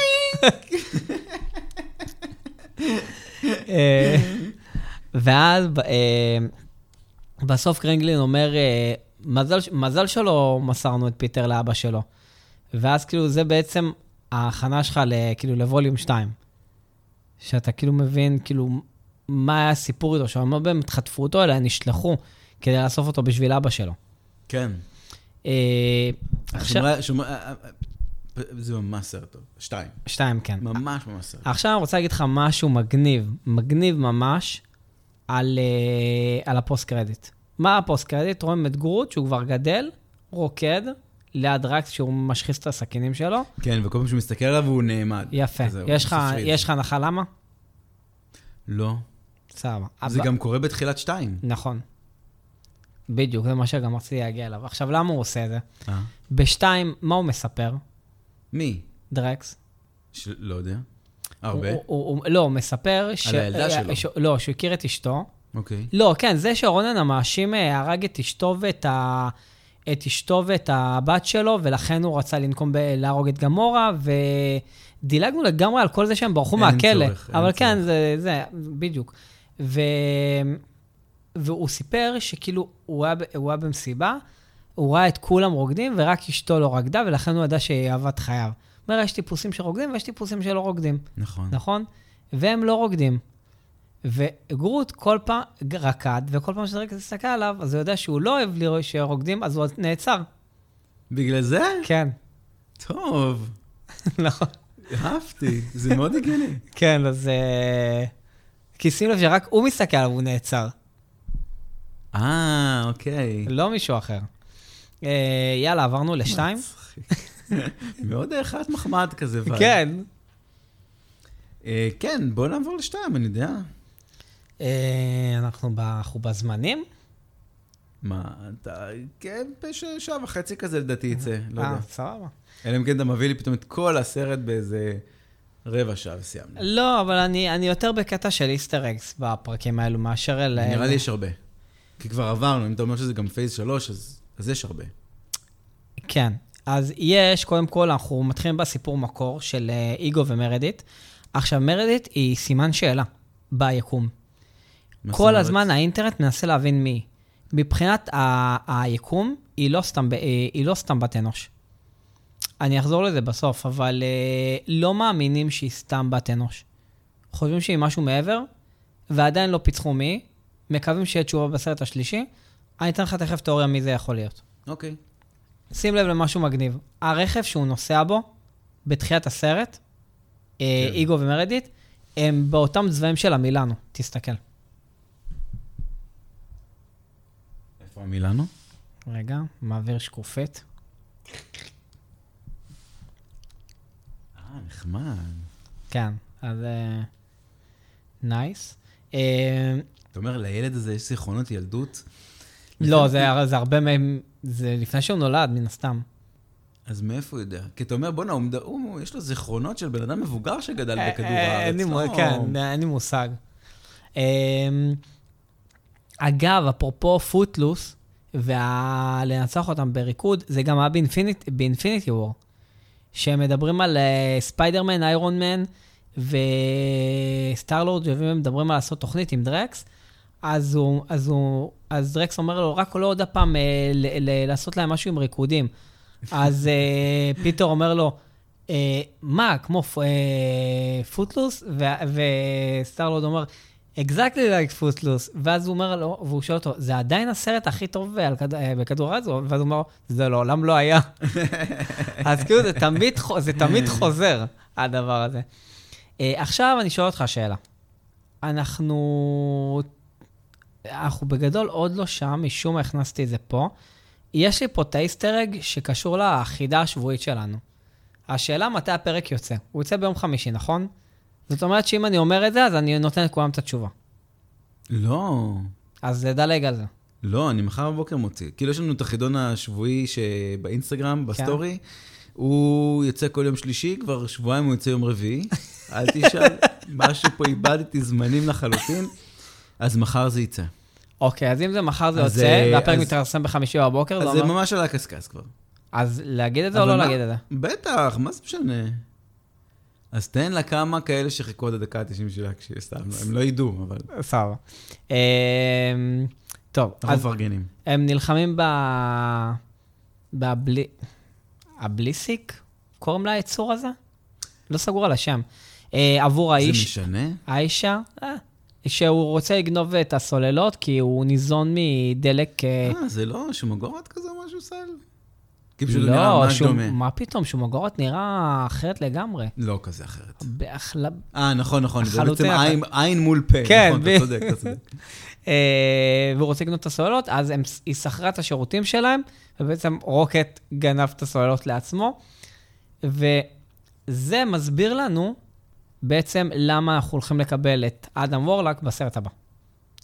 S2: אה, ואז ב- אה, בסוף קרינגלין אומר, אה, מזל ש- מזל שלא מסרנו את פיטר לאבא שלו. ואז כאילו זה בעצם ההכנה שלך ל- כאילו לווליום 2, שאתה כאילו מבין כאילו מה היה הסיפור איתו, שהם לא באמת חטפו אותו, אלא נשלחו כדי לאסוף אותו בשביל אבא שלו.
S1: כן.
S2: אה, עכשיו,
S1: שומע- שומע- אה, אה, אה, זה ממש סרט טוב. שתיים.
S2: שתיים, כן.
S1: ממש ממש סרט.
S2: עכשיו אני רוצה להגיד לך משהו מגניב, מגניב ממש, על, אה, על הפוסט קרדיט. מה הפוסט קרדיט? רואים את גרוט, שהוא כבר גדל, רוקד, ליד רקס, שהוא משחיס את הסכינים שלו.
S1: כן, וכל פעם שהוא מסתכל עליו הוא נעמד.
S2: יפה.
S1: כזה, הוא
S2: יש לך-
S1: מפריד.
S2: יש לך הנחה למה?
S1: לא.
S2: סבבה.
S1: זה
S2: אבל-
S1: גם קורה בתחילת שתיים.
S2: נכון. בדיוק, זה מה שגם רציתי להגיע אליו. עכשיו, למה הוא עושה את זה?
S1: אה?
S2: בשתיים, מה הוא מספר,
S1: מי?
S2: דרקס?
S1: של- לא יודע. הרבה?
S2: הוא, הוא, הוא, לא, הוא מספר... ש...
S1: על הילדה שלו.
S2: ש... לא, שהוא הכיר את אשתו.
S1: אוקיי.
S2: לא, כן, זה שרונן המאשים אה, הרג את אשתו ואת ה... את אשתו ואת הבת שלו, ולכן הוא רצה לנקום ב... להרוג את גמורה, ודילגנו לגמרי על כל זה שהם ברחו
S1: אין
S2: מהכלא.
S1: צורך, אין
S2: אבל
S1: צורך.
S2: כן, זה, זה, בדיוק. ו... והוא סיפר שכאילו, הוא היה, ב- הוא היה במסיבה, הוא ראה את כולם רוקדים, ורק אשתו לא רקדה, ולכן הוא ידע שהיא אהבת חייו. הוא אומר, יש טיפוסים שרוקדים ויש טיפוסים שלא רוקדים.
S1: נכון.
S2: נכון? והם לא רוקדים. וגרוט כל פעם רקד, וכל פעם שדרקס הסתכל עליו, אז הוא יודע שהוא לא אוהב לראות שרוקדים, אז הוא נעצר.
S1: בגלל זה?
S2: כן,
S1: טוב.
S2: נכון.
S1: אהבתי. זה מאוד הגיוני.
S2: כן, אז... אה, כי שים לב שרק הוא מסתכל עליו, הוא נעצר.
S1: אה, אוקיי.
S2: לא מישהו אחר. אה, יאללה, עברנו לשתיים?
S1: מצחיק. מאוד אה, חיית מחמד כזה. וייב.
S2: כן.
S1: אה, כן, בוא נעבור לשתיים, אני יודע.
S2: אה, אנחנו ב- אנחנו בזמנים?
S1: מה, אתה... כן, בש- שעה וחצי כזה לדעתי יצא. לא
S2: אה,
S1: יודע.
S2: סבבה.
S1: אלא אם כן אתה מביא לי פתאום את כל הסרט באיזה רבע שעה וסיימנו.
S2: לא, אבל אני אני יותר בקטע של איסטר אקס בפרקים האלו מאשר אל...
S1: נראה לי יש הרבה. כי כבר עברנו, אם אתה אומר שזה גם פייס שלוש, אז אז יש הרבה.
S2: כן. אז יש, קודם כל, אנחנו מתחילים בסיפור מקור של אה, איגו ומרדית. עכשיו, מרדית היא סימן שאלה ביקום.
S1: מה זאת
S2: כל
S1: אומרת?
S2: הזמן האינטרנט מנסה להבין מי היא. מבחינת ה- היקום, היא לא סתם, ב- אה, היא לא סתם בת אנוש. אני אחזור לזה בסוף, אבל אה, לא מאמינים שהיא סתם בת אנוש. חושבים שהיא משהו מעבר, ועדיין לא פיצחו מי, היא. מקווים שתהיה תשובה בסרט השלישי. אני אתן לך תכף תיאוריה מי זה יכול להיות.
S1: אוקיי.
S2: שים לב למשהו מגניב. הרכב שהוא נוסע בו, בתחילת הסרט, אה,
S1: כן.
S2: איגו ומרדית, הם באותם צבעים של המילאנו, תסתכל.
S1: איפה המילאנו?
S2: רגע, מעביר שקופית.
S1: אה, נחמד.
S2: כן, אז... אה, נייס. אה,
S1: אתה אומר, לילד הזה יש זיכרונות ילדות?
S2: לא, זה הר- זה הרבה מהם, זה לפני שהוא נולד, מן הסתם.
S1: אז מאיפה הוא יודע? כי אתה אומר, בואנה, הוא מד- הוא, יש לו זיכרונות של בן אדם מבוגר שגדל
S2: אה,
S1: בכדור
S2: אה,
S1: הארץ.
S2: אין לי
S1: לא?
S2: מושג, כן, אין לי מושג. אמ, אגב, אפרופו פוטלוס, ולנצח אותם בריקוד, זה גם היה באינפיניט- באינפיניטי וור. שהם מדברים על אה, ספיידרמן, איירון מן וסטארלורד, והם מדברים על לעשות תוכנית עם דרקס, אז, הוא, אז, הוא, אז דרקס אומר לו, רק לא עוד הפעם אה, ל- ל- לעשות להם משהו עם ריקודים. אז אה, פיטר אומר לו, אה, מה, כמו פ- אה, פוטלוס? ו- וסטארלורד אומר, אקזקטלי לייק פוטלוס. ואז הוא אומר לו, והוא שואל אותו, זה עדיין הסרט הכי טוב על כד- אה, בכדור הארץ? ואז הוא אומר, זה לעולם לא היה. אז כאילו, זה תמיד, חו- זה תמיד חוזר, הדבר הזה. אה, עכשיו אני שואל אותך שאלה. אנחנו... אנחנו בגדול עוד לא שם, משום מה הכנסתי את זה פה. יש לי פה את האיסטרג שקשור לחידה השבועית שלנו. השאלה מתי הפרק יוצא. הוא יוצא ביום חמישי, נכון? זאת אומרת שאם אני אומר את זה, אז אני נותן לכולם את התשובה.
S1: לא,
S2: אז לדלג על זה.
S1: לא, אני מחר בבוקר מוציא. כאילו, יש לנו את החידון השבועי
S2: כן.
S1: שבאינסטגרם, בסטורי. הוא יוצא כל יום שלישי, כבר שבועיים הוא יוצא יום רביעי. אל תשאל, משהו פה איבדתי זמנים לחלוטין. אז מחר זה יצא.
S2: אוקיי, אז אם זה מחר זה
S1: אז,
S2: יוצא,
S1: אה,
S2: והפרק
S1: אז-
S2: מתפרסם בחמישי בבוקר, זה
S1: אז זה
S2: אומר...
S1: ממש על הקשקש כבר.
S2: אז להגיד את לא, זה או
S1: אבל
S2: לא
S1: מה-
S2: להגיד את זה?
S1: בטח, מה זה משנה? אז תן לה כמה כאלה שחיכו עד הדקה ה-90 שלה, כש- סתם, הם לא ידעו, אבל
S2: סבבה. אמ, טוב,
S1: אנחנו
S2: אז
S1: מפרגנים.
S2: הם נלחמים ב... בבלי... הבליסיק? קוראים ליצור הזה? לא סגור על השם. אה, עבור
S1: זה
S2: האיש,
S1: משנה?
S2: האישה, אה, שהוא רוצה לגנוב את הסוללות כי הוא ניזון מדלק... אה,
S1: אה, זה לא שמגורת כזה או משהו סל? כי פשוט הוא נראה
S2: לא,
S1: ממש
S2: שום-
S1: דומה.
S2: מה פתאום, שומגורת נראה אחרת לגמרי.
S1: לא כזה אחרת.
S2: בהחלט.
S1: אה, נכון, נכון, זה בעצם
S2: לחלוטין אחרת.
S1: עין- עין מול פה.
S2: כן,
S1: נכון,
S2: ב-
S1: אתה צודק, אתה צודק.
S2: אה, והוא רוצה לקנות את הסוללות, אז הם, היא שכרה את השירותים שלהם, ובעצם רוקט גנב את הסוללות לעצמו. וזה מסביר לנו בעצם למה אנחנו הולכים לקבל את אדם וורלק בסרט הבא.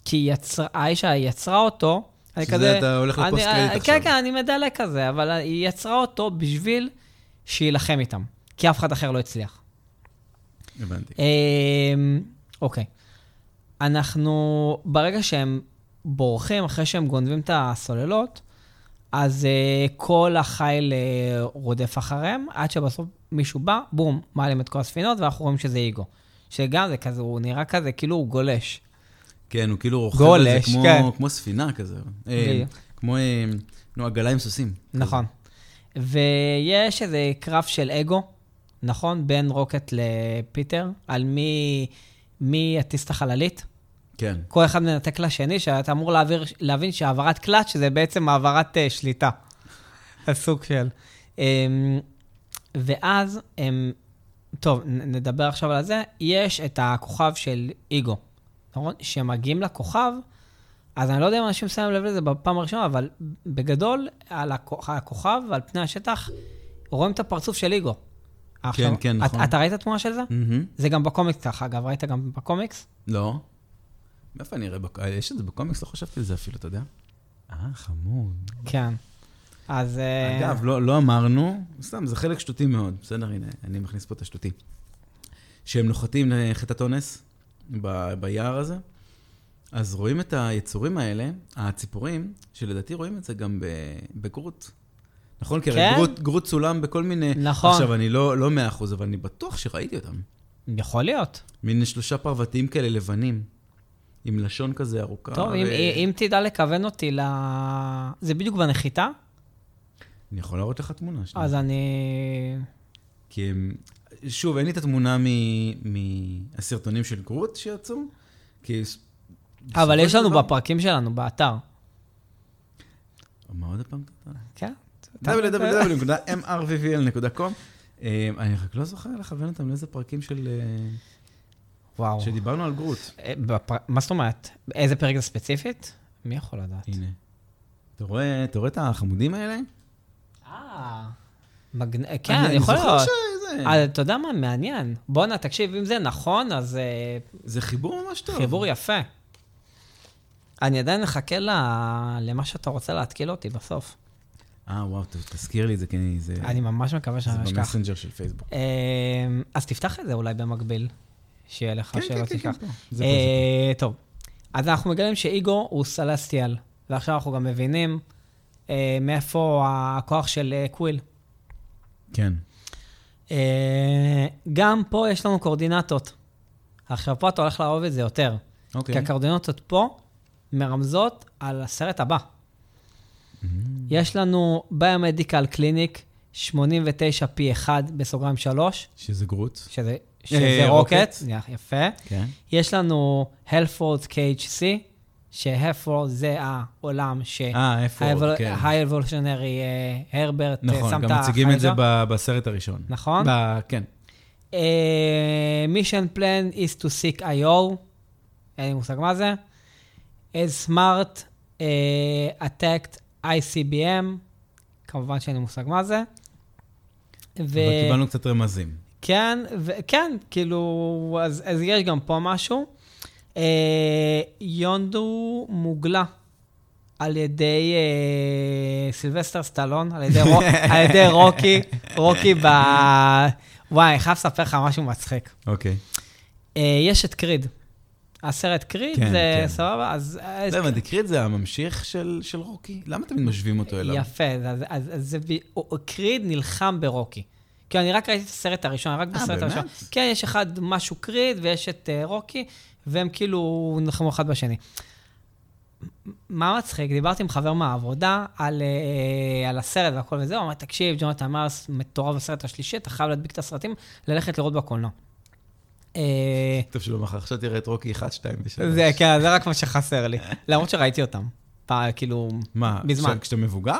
S2: כי יצר, האישה יצרה אותו, אני
S1: שזה
S2: כזה...
S1: אתה הולך לפוסט
S2: אני-
S1: קרדיט
S2: אה,
S1: עכשיו.
S2: כן, כן, אני מדלג כזה, אבל היא יצרה אותו בשביל שיילחם איתם, כי אף אחד אחר לא הצליח.
S1: הבנתי.
S2: אמ, אוקיי. אנחנו, ברגע שהם בורחים, אחרי שהם גונבים את הסוללות, אז אה, כל החיל אה, רודף אחריהם, עד שבסוף מישהו בא, בום, מעלים את כל הספינות, ואנחנו רואים שזה איגו. שגם זה כזה, הוא נראה כזה, כאילו הוא גולש.
S1: כן, הוא כאילו רוכב על
S2: גולש,
S1: זה כמו-
S2: כן.
S1: כמו ספינה כזה. אה,
S2: בדיוק.
S1: כמו, אה, נו, עגלה עם סוסים.
S2: נכון. ויש איזה קרב של אגו, נכון? בין רוקט לפיטר, על מי, מי יטיס את החללית.
S1: כן.
S2: כל אחד מנתק לשני, שאתה אמור להעביר, להבין שהעברת קלאץ' שזה בעצם העברת uh, שליטה. הסוג של. Um, ואז, um, טוב, נ- נדבר עכשיו על זה. יש את הכוכב של איגו, נכון? כשמגיעים לכוכב, אז אני לא יודע אם אנשים שמים לב לזה בפעם הראשונה, אבל בגדול, על הכוכב, הכוכב ועל פני השטח, רואים את הפרצוף של איגו. עכשיו,
S1: כן,
S2: את-
S1: נכון.
S2: אתה ראית תמונה של זה?
S1: מהמם.
S2: זה גם בקומיקס ככה, אגב, ראית גם בקומיקס?
S1: לא. מאיפה אני אראה? בק- אה, יש את זה בקומיקס? לא חשבתי על זה אפילו, אתה יודע? אה, חמוד.
S2: כן. אז... אה,
S1: אגב, לא, לא אמרנו, סתם, זה חלק שטותי מאוד. בסדר, הנה, אני מכניס פה את השטותי. שהם נוחתים לחטאת אונס ב- ביער הזה, אז רואים את היצורים האלה, הציפורים, שלדעתי רואים את זה גם ב- בגרוט. נכון? כי
S2: כן?
S1: הרי גרוט, גרוט צולם בכל מיני...
S2: נכון.
S1: עכשיו, אני לא, לא מאה אחוז, אבל אני בטוח שראיתי אותם.
S2: יכול להיות.
S1: מין שלושה פרבטים כאלה לבנים, עם לשון כזה ארוכה.
S2: טוב, אם-
S1: אה,
S2: אם תדע לכוון אותי ל... זה בדיוק בנחיתה,
S1: אני יכול להראות לך תמונה שלי.
S2: אז אני...
S1: כי הם... שוב, אין לי את התמונה מ- מהסרטונים של גרוט שיצאו, כי... ס-
S2: אבל
S1: בסופו
S2: יש
S1: של
S2: לנו
S1: דבר-
S2: בפרקים שלנו, באתר.
S1: מה עוד פעם?
S2: כן?
S1: www.mrvvl.com אה, אני רק לא זוכר לכוון אותם לאיזה פרקים של... אה,
S2: וואו.
S1: שדיברנו על גרוט.
S2: אה, בפר- מה זאת אומרת? איזה פרק זה ספציפית? מי יכול לדעת?
S1: הנה. אתה רואה אתה רואה את החמודים האלה?
S2: אה... מגנ- אה,
S1: אני-
S2: כן,
S1: אני
S2: יכול
S1: זוכר
S2: להיות.
S1: שזה-
S2: אה, אתה יודע מה? מעניין. בואנה, תקשיב, אם זה נכון, אז אה,
S1: זה חיבור ממש טוב.
S2: חיבור יפה. אני עדיין מחכה ל- למה שאתה רוצה להתקיל אותי בסוף.
S1: אה, וואו, ת- תזכיר לי את זה, כי אני- זה
S2: אני ממש מקווה
S1: כן. זה
S2: שאני לא אשכח.
S1: במסנג'ר של פייסבוק.
S2: אמ, אז תפתח את זה אולי במקביל, שיהיה לך
S1: כן, כן,
S2: שלא
S1: כן,
S2: תשכח.
S1: כן, פה. זה פה,
S2: אה, טוב, אז אנחנו מגלים שאיגו הוא סלסטיאל, ועכשיו אנחנו גם מבינים אה, מאיפה הכוח של אה, קוויל.
S1: כן.
S2: אה, גם פה יש לנו קורדינטות. עכשיו פה אתה הולך לאהוב את זה יותר.
S1: אוקיי.
S2: כי הקורדינטות פה מרמזות על הסרט הבא. יש לנו ביומדיקל קליניק 89 פי 1 בסוגריים 3,
S1: שזה גרוט.
S2: שזה,
S1: אה,
S2: שזה
S1: רוקט.
S2: רוקט, yeah, יפה.
S1: כן.
S2: יש לנו הלפורד KHC, שהלפורד זה העולם ש...
S1: אה, איפה עוד, כן.
S2: האבולושנרי הרברט אה,
S1: נכון,
S2: שם את
S1: גם מציגים את זה
S2: החייזר.
S1: ב- בסרט הראשון.
S2: נכון.
S1: ב- כן.
S2: מישן פלן אה, is to seek IO, אין לי מושג מה זה. is smart uh, attacked ICBM, כמובן שאין לי מושג מה זה. ו...
S1: אבל קיבלנו קצת רמזים.
S2: כן, ו- כן, כאילו, אז, אז יש גם פה משהו. אה, יונדו מוגלה על ידי אה, סילבסטר סטלון, על ידי, רו- על ידי רוקי, רוקי ב... וואי, אני חייב לספר לך משהו מצחיק.
S1: אוקיי.
S2: אה, יש את קריד. הסרט קריד,
S1: כן,
S2: זה
S1: כן.
S2: סבבה, אז... אה, אז- כן.
S1: לא, אבל תקריא את זה, הממשיך של של רוקי? למה תמיד משווים אותו אליו?
S2: יפה, אז, אז, אז זה, ב- הוא- הוא- קריד נלחם ברוקי. כי אני רק ראיתי את הסרט הראשון, רק בסרט
S1: אה, באמת?
S2: הראשון. כן, יש אחד משהו אה, קריד ויש את uh, רוקי, והם כאילו נלחמו אחד בשני. מ- מה מצחיק? דיברתי עם חבר מהעבודה על, אה, על הסרט והכל וזה, הוא אמר, תקשיב, ג'ונתן מארס מטורף בסרט השלישי, אתה חייב להדביק את הסרטים, ללכת לראות בקולנוע. אה,
S1: טוב שלא מחר, עכשיו תראה את רוקי 1, 2 ו-3.
S2: זה, כן, זה רק מה שחסר לי. למרות שראיתי אותם. פעם, כאילו,
S1: מה,
S2: בזמן.
S1: עכשיו כשאתה מבוגר?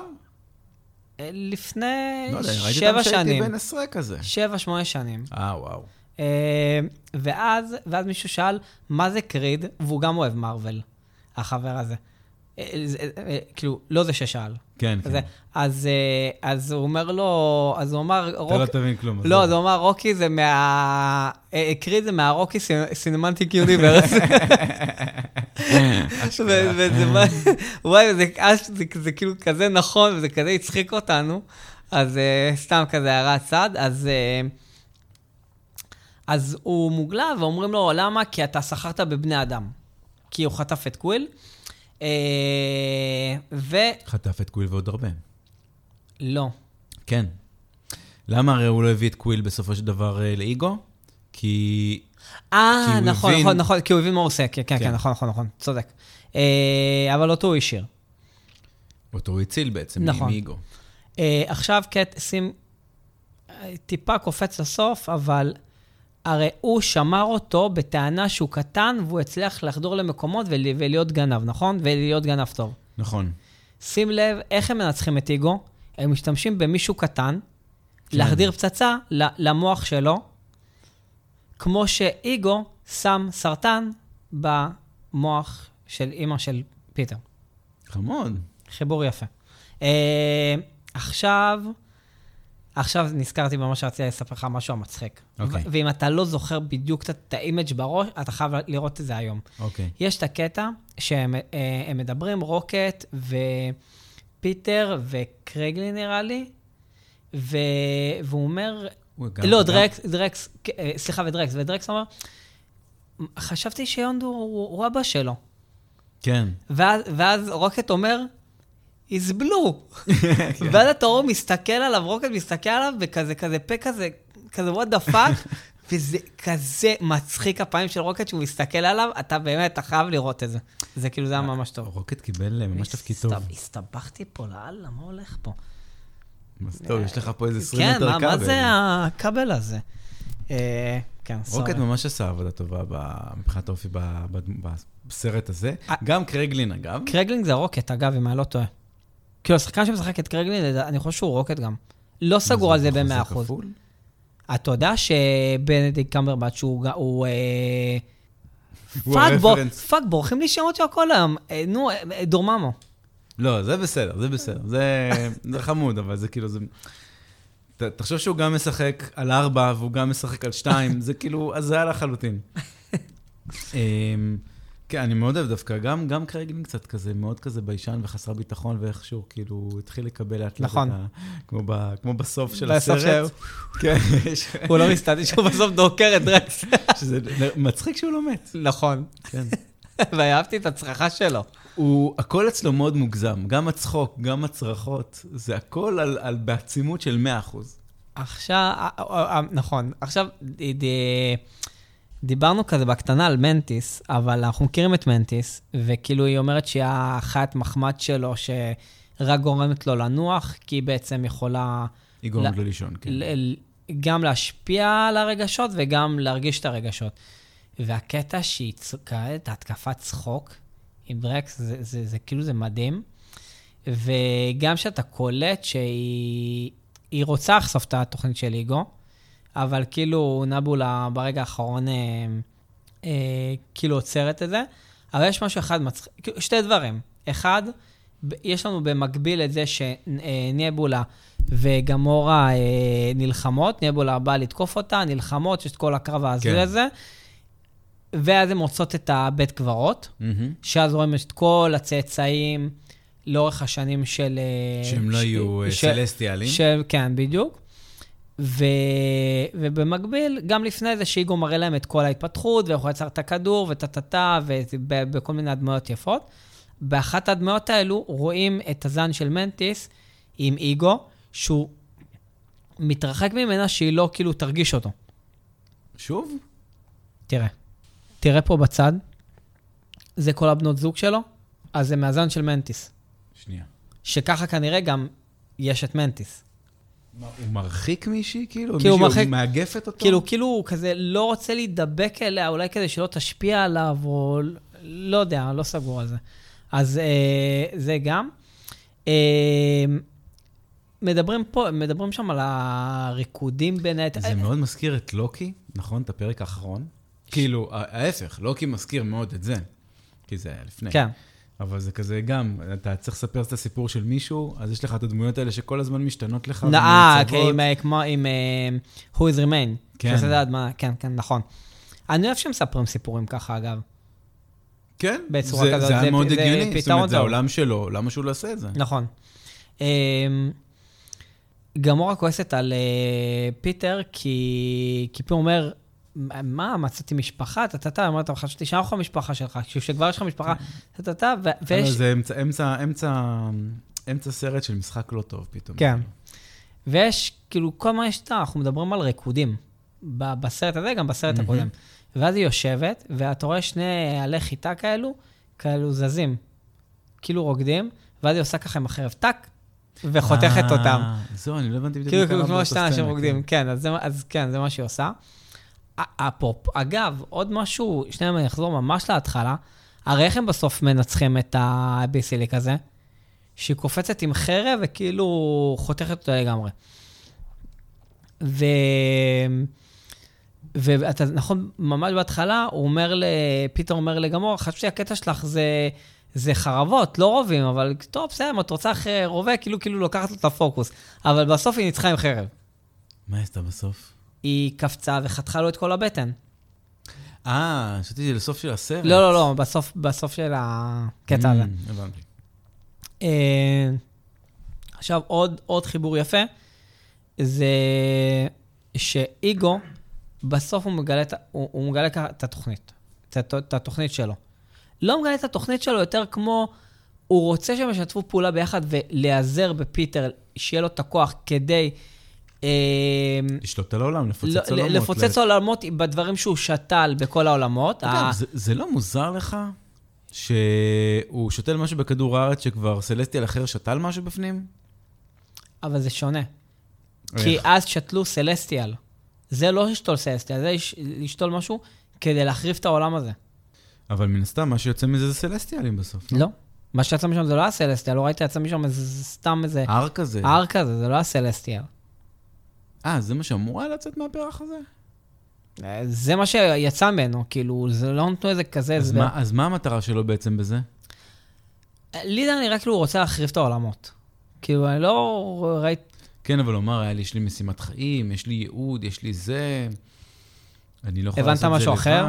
S2: אה, לפני
S1: לא יודע, ראיתי אותם
S2: שבע
S1: כשהייתי
S2: שנים.
S1: בן עשרה כזה.
S2: שבע, שמונה שנים.
S1: אה, וואו.
S2: אה, ואז, ואז מישהו שאל, מה זה קריד? והוא גם אוהב מארוול, החבר הזה. אה, זה- אה, כאילו, לא זה ששאל.
S1: כן,
S2: זה,
S1: כן.
S2: אז, אה, אז הוא אומר לו, אז הוא אמר,
S1: אתה לא
S2: רוק...
S1: תבין כלום.
S2: לא,
S1: עזוב.
S2: אז הוא אמר, רוקי זה מה... אה, הקריא זה מהרוקי סינמנטיק יוניברס.
S1: אה,
S2: ו- וזה מה... וואי, זה- אז זה- זה כאילו כזה נכון, וזה כזה הצחיק אותנו. אז אה, סתם כזה הערת צד, אז... אה, אז הוא מוגלה, ואומרים לו, למה? כי אתה סחרת בבני אדם. כי הוא חטף את קוויל. אה, ולא.
S1: חטף את קוויל ועוד הרבה.
S2: לא.
S1: כן. למה הרי הוא לא הביא את קוויל בסופו של דבר אה, לאיגו? כי... כי
S2: אה,
S1: הוא
S2: נכון,
S1: הבין-
S2: נכון, נכון, כי הוא הבין מה הוא עושה, כן, כן,
S1: כן.
S2: כן, נכון, נכון, נכון, צודק. אה, אבל אותו הוא השאיר.
S1: אותו הוא הציל בעצם
S2: נכון.
S1: מאיגו.
S2: אה, עכשיו קט, שים, אה, טיפה קופץ לסוף, אבל הרי הוא שמר אותו בטענה שהוא קטן, והוא הצליח לחדור למקומות ול, ולהיות גנב, נכון? ולהיות גנב טוב.
S1: נכון.
S2: שים לב איך הם מנצחים את איגו, הם משתמשים במישהו קטן,
S1: כן.
S2: להחדיר פצצה ל- למוח שלו, כמו שאיגו שם סרטן במוח של אימא של פיטר.
S1: חמוד.
S2: חיבור יפה. אה, עכשיו, עכשיו נזכרתי במה שרציתי לספר לך משהו המצחיק.
S1: אוקיי.
S2: ו- ואם אתה לא זוכר בדיוק את- את האימג' בראש, אתה חייב לראות את זה היום.
S1: אוקיי.
S2: יש את הקטע שהם אה, הם מדברים, רוקט ופיטר וקרגלי נראה לי, ו... והוא אומר,
S1: הוא גם-
S2: לא,
S1: גם-
S2: דרקס, דרקס, אה, סליחה, ודרקס, ודרקס אומר, חשבתי שיונדו הוא, הוא אבא שלו.
S1: כן.
S2: ואז, ואז רוקט אומר, he's blue. ואז אתה רואה, הוא מסתכל עליו, רוקט מסתכל עליו, וכזה, כזה פה כזה, כזה what the fuck, וזה כזה מצחיק הפעמים של רוקט שהוא מסתכל עליו, אתה באמת, אתה חייב לראות את זה. זה כאילו, זה היה ממש טוב.
S1: רוקט קיבל אה, ממש תפקיד טוב.
S2: הסת- הסתבכתי פה, לאללה, מה הולך פה?
S1: אז טוב, יש לך פה איזה 20
S2: כן,
S1: מטר
S2: מה-
S1: כבל.
S2: מה זה הכבל הזה? אה, כן, סורי.
S1: רוקט ממש עשה עבודה טובה ב- מבחינת אופי ב- ב- בסרט הזה.
S2: אה.
S1: גם קרגלין, אגב.
S2: קרגלינג זה רוקט, אגב, אם אני לא טועה. כאילו, השחקן שמשחק את קרגלינג, לדע- אני חושב שהוא רוקט גם. לא סגור על זה
S1: חוזה
S2: ב-100%.
S1: כפול?
S2: אתה יודע שבנדיק קמברבט, שהוא... ג- הוא, אה,
S1: הוא
S2: פאק, בור-
S1: הרפרנס.
S2: פאק, בורחים לי שמות של הכל היום. אה, נו, אה, אה, דורממו.
S1: לא, זה בסדר, זה בסדר. זה זה חמוד, אבל זה כאילו... זה- ת- תחשוב שהוא גם משחק על ארבע, והוא גם משחק על שתיים, זה כאילו הזיה לחלוטין. אמ, כן, אני מאוד אוהב דווקא, גם, גם קרגלין קצת כזה, מאוד כזה ביישן וחסר ביטחון, ואיכשהו כאילו התחיל לקבל לאט לאט,
S2: נכון.
S1: את ה- כמו, ב, כמו בסוף של
S2: בסוף
S1: הסרט. כן, יש-
S2: הוא לא מסתדר שהוא בסוף דוקר את דרקס.
S1: שזה מצחיק שהוא לא מת.
S2: נכון.
S1: כן.
S2: ואהבתי את הצרחה שלו.
S1: הוא, הכל אצלו מאוד מוגזם, גם הצחוק, גם הצרחות, זה הכל על, על בעצימות של 100%.
S2: עכשיו, אה, אה, אה, נכון, עכשיו ד- ד- דיברנו כזה בקטנה על מנטיס, אבל אנחנו מכירים את מנטיס, וכאילו היא אומרת שהיא החיית מחמד שלו, שרק גורמת לו לנוח, כי היא בעצם יכולה
S1: היא גורמת
S2: לא-
S1: לו לישון, כן.
S2: ל- ל- גם להשפיע על הרגשות וגם להרגיש את הרגשות. והקטע שהיא צוקעת, התקפת צחוק עם דרקס, זה, זה, זה כאילו זה מדהים. וגם שאתה קולט שהיא היא רוצה לחשוף את התוכנית של איגו, אבל כאילו נבולה ברגע האחרון אה, אה, כאילו עוצרת את זה. אבל יש משהו אחד מצחיק, כאילו, שתי דברים. אחד, ב- יש לנו במקביל את זה שנבולה וגמורה אה, נלחמות, נבולה באה לתקוף אותה, נלחמות, יש את כל הקרב ההזוי
S1: כן.
S2: הזה, ואז הן מוצאות את הבית קברות,
S1: מהמם.
S2: שאז רואים את כל הצאצאים לאורך השנים של... אה,
S1: שהם לא
S2: ש-
S1: יהיו אה,
S2: ש-
S1: סלסטיאלים.
S2: של, כן, בדיוק. ו... ובמקביל, גם לפני זה שאיגו מראה להם את כל ההתפתחות, ואיך הוא יצר את הכדור, וטה-טה-טה, ובכל מיני הדמויות יפות. באחת הדמויות האלו רואים את הזן של מנטיס עם איגו, שהוא מתרחק ממנה שהיא לא כאילו תרגיש אותו.
S1: שוב?
S2: תראה. תראה פה בצד, זה כל הבנות זוג שלו, אז זה מהזן של מנטיס.
S1: שנייה.
S2: שככה כנראה גם יש את מנטיס.
S1: מה, הוא מרחיק מישהי, כאילו?
S2: כי הוא
S1: מישהי
S2: מרחיק-
S1: מאגפת אותו?
S2: כאילו, כאילו הוא כזה לא רוצה להידבק אליה, אולי כדי שלא תשפיע עליו, או לא יודע, לא סגור על זה. אז אה, זה גם. אה, מדברים פה, מדברים שם על הריקודים אה, בין היתר.
S1: זה מאוד מזכיר את לוקי, נכון? את הפרק האחרון? כאילו, ה- ההפך, לוקי מזכיר מאוד את זה. כי זה היה לפני.
S2: כן.
S1: אבל זה כזה גם, אתה צריך לספר את הסיפור של מישהו, אז יש לך את הדמויות האלה שכל הזמן משתנות לך.
S2: נאה,
S1: ומיוצבות.
S2: עם, אה, כמו עם אה, Who is Remain.
S1: כן.
S2: כן. שעושה את ההדמנה, כן, כן, נכון. אני אוהב שמספרים סיפורים ככה, אגב.
S1: כן,
S2: בצורה
S1: זה-
S2: כזאת,
S1: זה היה
S2: זה-
S1: מאוד
S2: זה
S1: הגיוני, זאת
S2: פתרון
S1: אומרת, זה
S2: טוב.
S1: העולם שלו, למה שהוא לא יעשה את זה?
S2: נכון. אמ, גמורה כועסת על אה, פיטר, כי כי פיטר אומר, מה, מצאתי משפחה, טה-טה-טה, אמרת לך, תשאר לך משפחה שלך, כשכבר יש לך משפחה, טה-טה-טה, ו-
S1: כן. אבל
S2: ויש...
S1: זה אמצע- אמצע- אמצע- אמצע סרט של משחק לא טוב פתאום.
S2: כן. ויש, כאילו, כל מה יש אתה, אנחנו מדברים על ריקודים. ב- בסרט הזה, גם בסרט הקודם. ואז היא יושבת, ואתה רואה שני עלי חיטה כאלו, כאלו זזים. כאילו רוקדים, ואז היא עושה ככה עם החרב, טאק, וחותכת
S1: אה,
S2: אותם.
S1: זהו, אני לא הבנתי בדיוק
S2: כאילו,
S1: מה
S2: כאילו
S1: קרה
S2: כמו
S1: באותה
S2: שאתה אנשים
S1: סצנה,
S2: רוקדים, כן, אז, זה- אז כן, זה מה שהיא עושה. א- אפרופ, אגב, עוד משהו, שנייה אני אחזור ממש להתחלה, הרי איך הם בסוף מנצחים את הביסיליק הזה? שהיא קופצת עם חרב וכאילו חותכת אותה לגמרי. ו... ואתה, נכון, ממש בהתחלה, הוא אומר ל... פיטר אומר לגמור, חשבתי הקטע שלך זה, זה חרבות, לא רובים, אבל טוב, בסדר, אם את רוצה אחרי רובה, כאילו, כאילו לוקחת לו את הפוקוס. אבל בסוף היא ניצחה עם חרב.
S1: מה עשתה בסוף?
S2: היא קפצה וחתכה לו את כל הבטן.
S1: אה, חשבתי שזה לסוף של הסרט.
S2: לא, לא, לא, בסוף, בסוף של הקטע הזה.
S1: Mm, הבנתי.
S2: אה, עכשיו, עוד, עוד חיבור יפה, זה שאיגו, בסוף הוא מגלה, את ה- הוא, הוא מגלה ככה את התוכנית, את, הת- את התוכנית שלו. לא מגלה את התוכנית שלו יותר כמו, הוא רוצה שהם ישתפו פעולה ביחד ולהיעזר בפיטר, שיהיה לו את הכוח כדי... אה,
S1: לשלוט על העולם,
S2: לא-
S1: לפוצץ עולמות.
S2: לפוצץ
S1: ל-
S2: עולמות אה. בדברים שהוא שתל בכל העולמות.
S1: אגב, זה- זה לא מוזר לך שהוא שותל משהו בכדור הארץ שכבר סלסטיאל אחר שתל משהו בפנים?
S2: אבל זה שונה. כי
S1: איך?
S2: אז שתלו סלסטיאל. זה לא לשתול סלסטיאל, זה לש- לשתול משהו כדי להחריב את העולם הזה.
S1: אבל מן הסתם, מה שיוצא מזה זה סלסטיאלים בסוף.
S2: לא. מה שיצא משם זה לא היה סלסטיאל, לא ראית יצא משם איזה סתם איזה
S1: הר כזה.
S2: הר כזה, זה לא היה סלסטיאל.
S1: אה, זה מה שאמור היה לצאת מהפרח הזה?
S2: אה, זה מה שיצא ממנו, כאילו, זה לא נתנו איזה כזה
S1: אז
S2: הסבר.
S1: מה- אז מה המטרה שלו בעצם בזה?
S2: אה, לי זה נראה כאילו הוא רוצה להחריב את העולמות. כאילו, אני לא ראיתי...
S1: כן, אבל הוא אמר, היה לי, יש לי משימת חיים, יש לי ייעוד, יש לי זה. אני לא יכול
S2: הבנת
S1: לעשות את זה לבד.
S2: משהו אחר?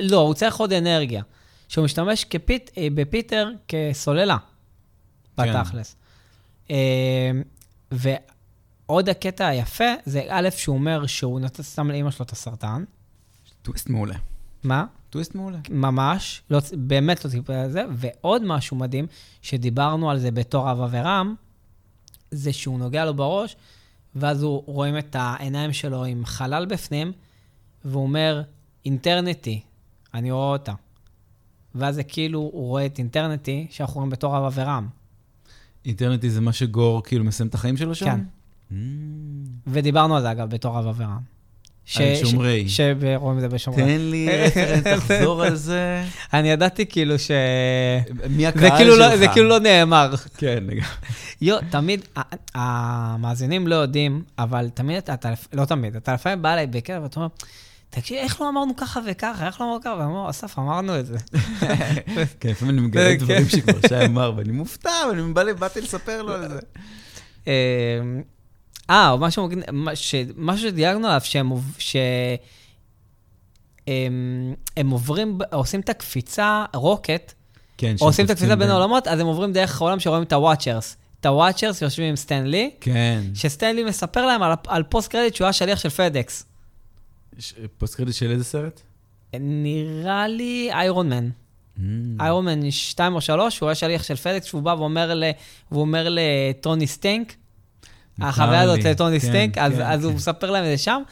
S2: לא, הוא צריך עוד אנרגיה. שהוא משתמש כפית, אה, בפיטר כסוללה,
S1: כן.
S2: בתכלס. אה, ועוד הקטע היפה, זה א', שהוא אומר שהוא נתן סתם לאימא שלו את הסרטן.
S1: טוויסט מעולה.
S2: מה?
S1: טוויסט מעולה.
S2: ממש, לא, צ- באמת לא טיפה על זה. ועוד משהו מדהים, שדיברנו על זה בתור אבא ורם, זה שהוא נוגע לו בראש, ואז הוא רואים את העיניים שלו עם חלל בפנים, והוא אומר, אינטרנטי, אני רואה אותה. ואז זה כאילו, הוא רואה את אינטרנטי, שאנחנו רואים בתור אבא ורם.
S1: אינטרנטי זה מה שגור כאילו מסיים את החיים שלו שם?
S2: כן.
S1: Mm.
S2: ודיברנו על זה, אגב, בתור אבא ורם.
S1: על שומרי.
S2: ש- שרואים את זה בשומרי.
S1: תן לי רפרנס, תחזור על זה.
S2: אני ידעתי כאילו ש...
S1: מי
S2: זה
S1: הקהל
S2: כאילו
S1: כן. שלך?
S2: לא- זה כאילו לא נאמר.
S1: כן, לגמרי.
S2: יו, תמיד, ה- המאזינים לא יודעים, אבל תמיד אתה, אתה, לא תמיד, אתה לפעמים בא אליי בקרב ואתה אומר, תקשיב, איך לא אמרנו ככה וככה, איך לא אמרנו ככה? ואני אומר, אסף, אמרנו את זה.
S1: כן, לפעמים אני מגלה
S2: כן.
S1: דברים שכבר שי אמר, ואני מופתע, ואני בא- באתי לספר לו על זה.
S2: אמ, אה, או משהו, מגניב, מה ש- משהו שדיאגנו עליו, שהם עוב- ש- אמ, הם עוברים, ב- עושים את הקפיצה, רוקט,
S1: כן,
S2: עושים את
S1: שהם
S2: הקפיצה בין
S1: ב-
S2: העולמות, אז הם עוברים דרך העולם שרואים את הוואצ'רס. את הוואצ'רס יושבים עם סטנלי,
S1: כן.
S2: שסטנלי מספר להם על, הפ- על פוסט קרדיט שהוא היה שליח של פדקס.
S1: ש- פוסט קרדיט של איזה סרט?
S2: נראה לי איירון מן.
S1: Mm.
S2: איירון מן 2 או 3, הוא היה שליח של פדקס, שהוא בא ואומר ל- והוא אומר לטוני סטנק,
S1: מוכר
S2: החוויה הזאת
S1: לי,
S2: לטוני
S1: כן,
S2: סטנק, אז
S1: כן,
S2: אז הוא
S1: כן.
S2: מספר להם את זה שם.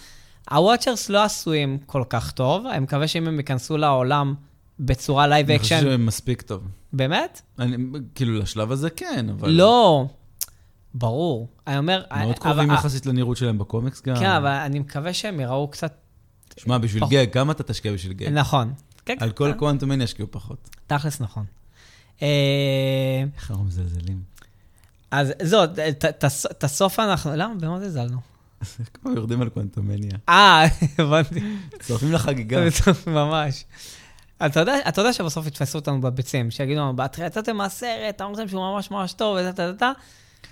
S2: הוואצ'רס לא עשויים כל כך טוב, אני מקווה שאם הם ייכנסו לעולם בצורה לייב
S1: אני חושב
S2: אקשן,
S1: שמספיק טוב.
S2: באמת?
S1: אני, כאילו, לשלב הזה כן, אבל...
S2: לא. ברור. אני אומר...
S1: מאוד
S2: אבל-
S1: קרובים
S2: אבל-
S1: יחסית לנראות שלהם בקומיקס גם.
S2: כן, אבל אה. אני מקווה שהם יראו קצת...
S1: שמע, בשביל
S2: פחות.
S1: גג, כמה אתה תשקיע בשביל גג?
S2: נכון. כן,
S1: על
S2: כן,
S1: כל
S2: כן.
S1: קוואנטומן ישקיעו פחות.
S2: תכלס נכון. אה,
S1: איך אנחנו מזלזלים?
S2: אז זהו, ת- ת- ת- את הסוף אנחנו... למה? במה זלזלנו?
S1: איך כבר יורדים על קוואנטומניה?
S2: אה, הבנתי.
S1: צורפים
S2: אה,
S1: לחגיגה.
S2: טוב, ממש. אתה יודע, אתה יודע שבסוף יתפסו אותנו בביצים, שיגידו לנו, בהתחלה יצאתם מהסרט, אמרתם שהוא ממש ממש טוב, וזה, תה, תה, תה,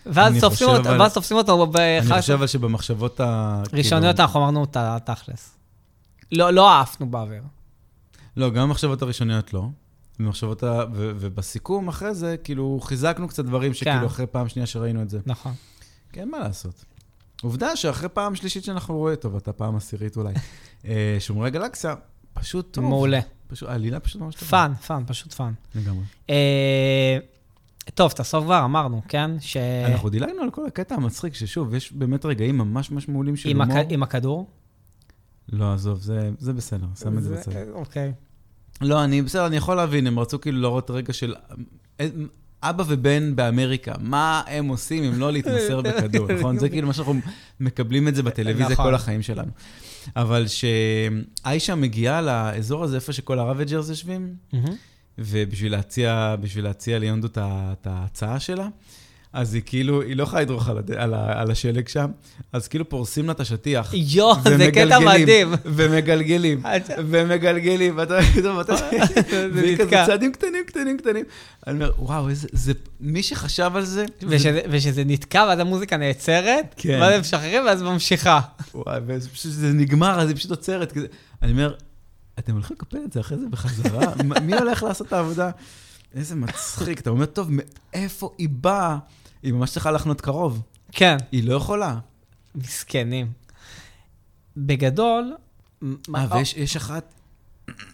S2: ואז
S1: אני
S2: תופסים
S1: חושב,
S2: אות-
S1: אבל-
S2: ואז תופסים אותנו
S1: אני
S2: באחת
S1: חושב אבל שבמחשבות ה...
S2: הראשוניות,
S1: כאילו-
S2: אנחנו אמרנו את התכלס. לא לא עפנו באוויר.
S1: לא, גם במחשבות הראשוניות לא. במחשבות ה... ו- ובסיכום אחרי זה, כאילו, חיזקנו קצת דברים
S2: כן.
S1: שכאילו אחרי פעם שנייה שראינו את זה.
S2: נכון.
S1: כן, מה לעשות. עובדה שאחרי פעם שלישית שאנחנו רואים, טוב, אתה פעם עשירית אולי, אה, שומרי גלקסיה, פשוט טוב.
S2: מעולה.
S1: פשוט, העלילה פשוט ממש טובה.
S2: פאן, פאן, פשוט פאן.
S1: לגמרי.
S2: אה, טוב, את הסוף כבר אמרנו, כן? ש...
S1: אנחנו דילגנו על כל הקטע המצחיק, ששוב, יש באמת רגעים ממש ממש מעולים של
S2: עם
S1: הומור.
S2: הכ- עם הכדור?
S1: לא, עזוב, זה- זה בסדר, שם את זה בצד.
S2: אוקיי.
S1: לא, אני בסדר, אני יכול להבין, הם רצו כאילו להראות רגע של אה, אבא ובן באמריקה, מה הם עושים אם לא להתמסר בכדור, נכון? זה כאילו מה שאנחנו מקבלים את זה בטלוויזיה
S2: נכון.
S1: כל החיים שלנו. אבל שאיישה מגיעה לאזור הזה, איפה שכל הראבג'רס יושבים,
S2: מהמם.
S1: ובשביל להציע, בשביל להציע ליונדו את ה- את ההצעה שלה, אז היא כאילו, היא לא יכולה לדרוך על, הד... על, ה... על השלג שם, אז כאילו פורסים לה את השטיח.
S2: יואו, זה קטע
S1: ומגלגלים,
S2: מדהים.
S1: ומגלגלים, ומגלגלים, ואתה אומר, "טוב, אתה- והיא כזה
S2: נתקע.
S1: צעדים קטנים, קטנים, קטנים. אני אומר, וואו, איזה, זה, מי שחשב על זה,
S2: ושזה, ושזה נתקע, ואז המוזיקה נעצרת,
S1: כן.
S2: ואז הם משחררים, ואז ממשיכה.
S1: וואי, וזה פשוט- זה נגמר, אז היא פשוט עוצרת. כזה. אני אומר, אתם הולכים לקפל את זה אחרי זה בחזרה? מ- מי הולך לעשות את העבודה? איזה מצחיק. אתה אומר, טוב, מאיפה היא באה? היא ממש צריכה לחנות קרוב.
S2: כן,
S1: היא לא יכולה.
S2: מסכנים. בגדול... מ-
S1: אה, ויש יש אחת,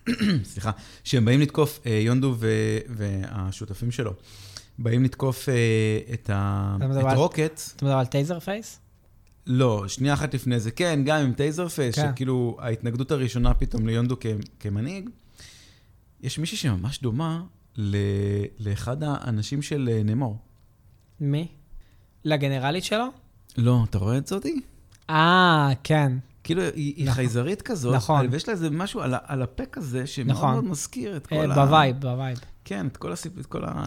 S1: סליחה, שהם באים לתקוף, אה, יונדו ו- והשותפים שלו, באים לתקוף אה, את ה-
S2: אתה מדבר
S1: את
S2: על-
S1: רוקט.
S2: אתה מדבר על טייזר פייס?
S1: לא, שנייה אחת לפני זה, כן, גם עם טייזר פייס,
S2: כן.
S1: שכאילו ההתנגדות הראשונה פתאום ליונדו כ- כמנהיג, יש מישהי שממש דומה ל... לאחד האנשים של אה, נמור.
S2: מי? לגנרלית שלו?
S1: לא, אתה רואה את זאתי?
S2: אה, כן.
S1: כאילו, היא, היא
S2: נכון.
S1: חייזרית כזאת,
S2: נכון.
S1: ויש לה איזה משהו על, ה- על הפה כזה, שמאוד
S2: נכון.
S1: מאוד מזכיר את כל
S2: אה,
S1: ה...
S2: בווייב, בווייב.
S1: כן, את כל הסיפ... את כל ה...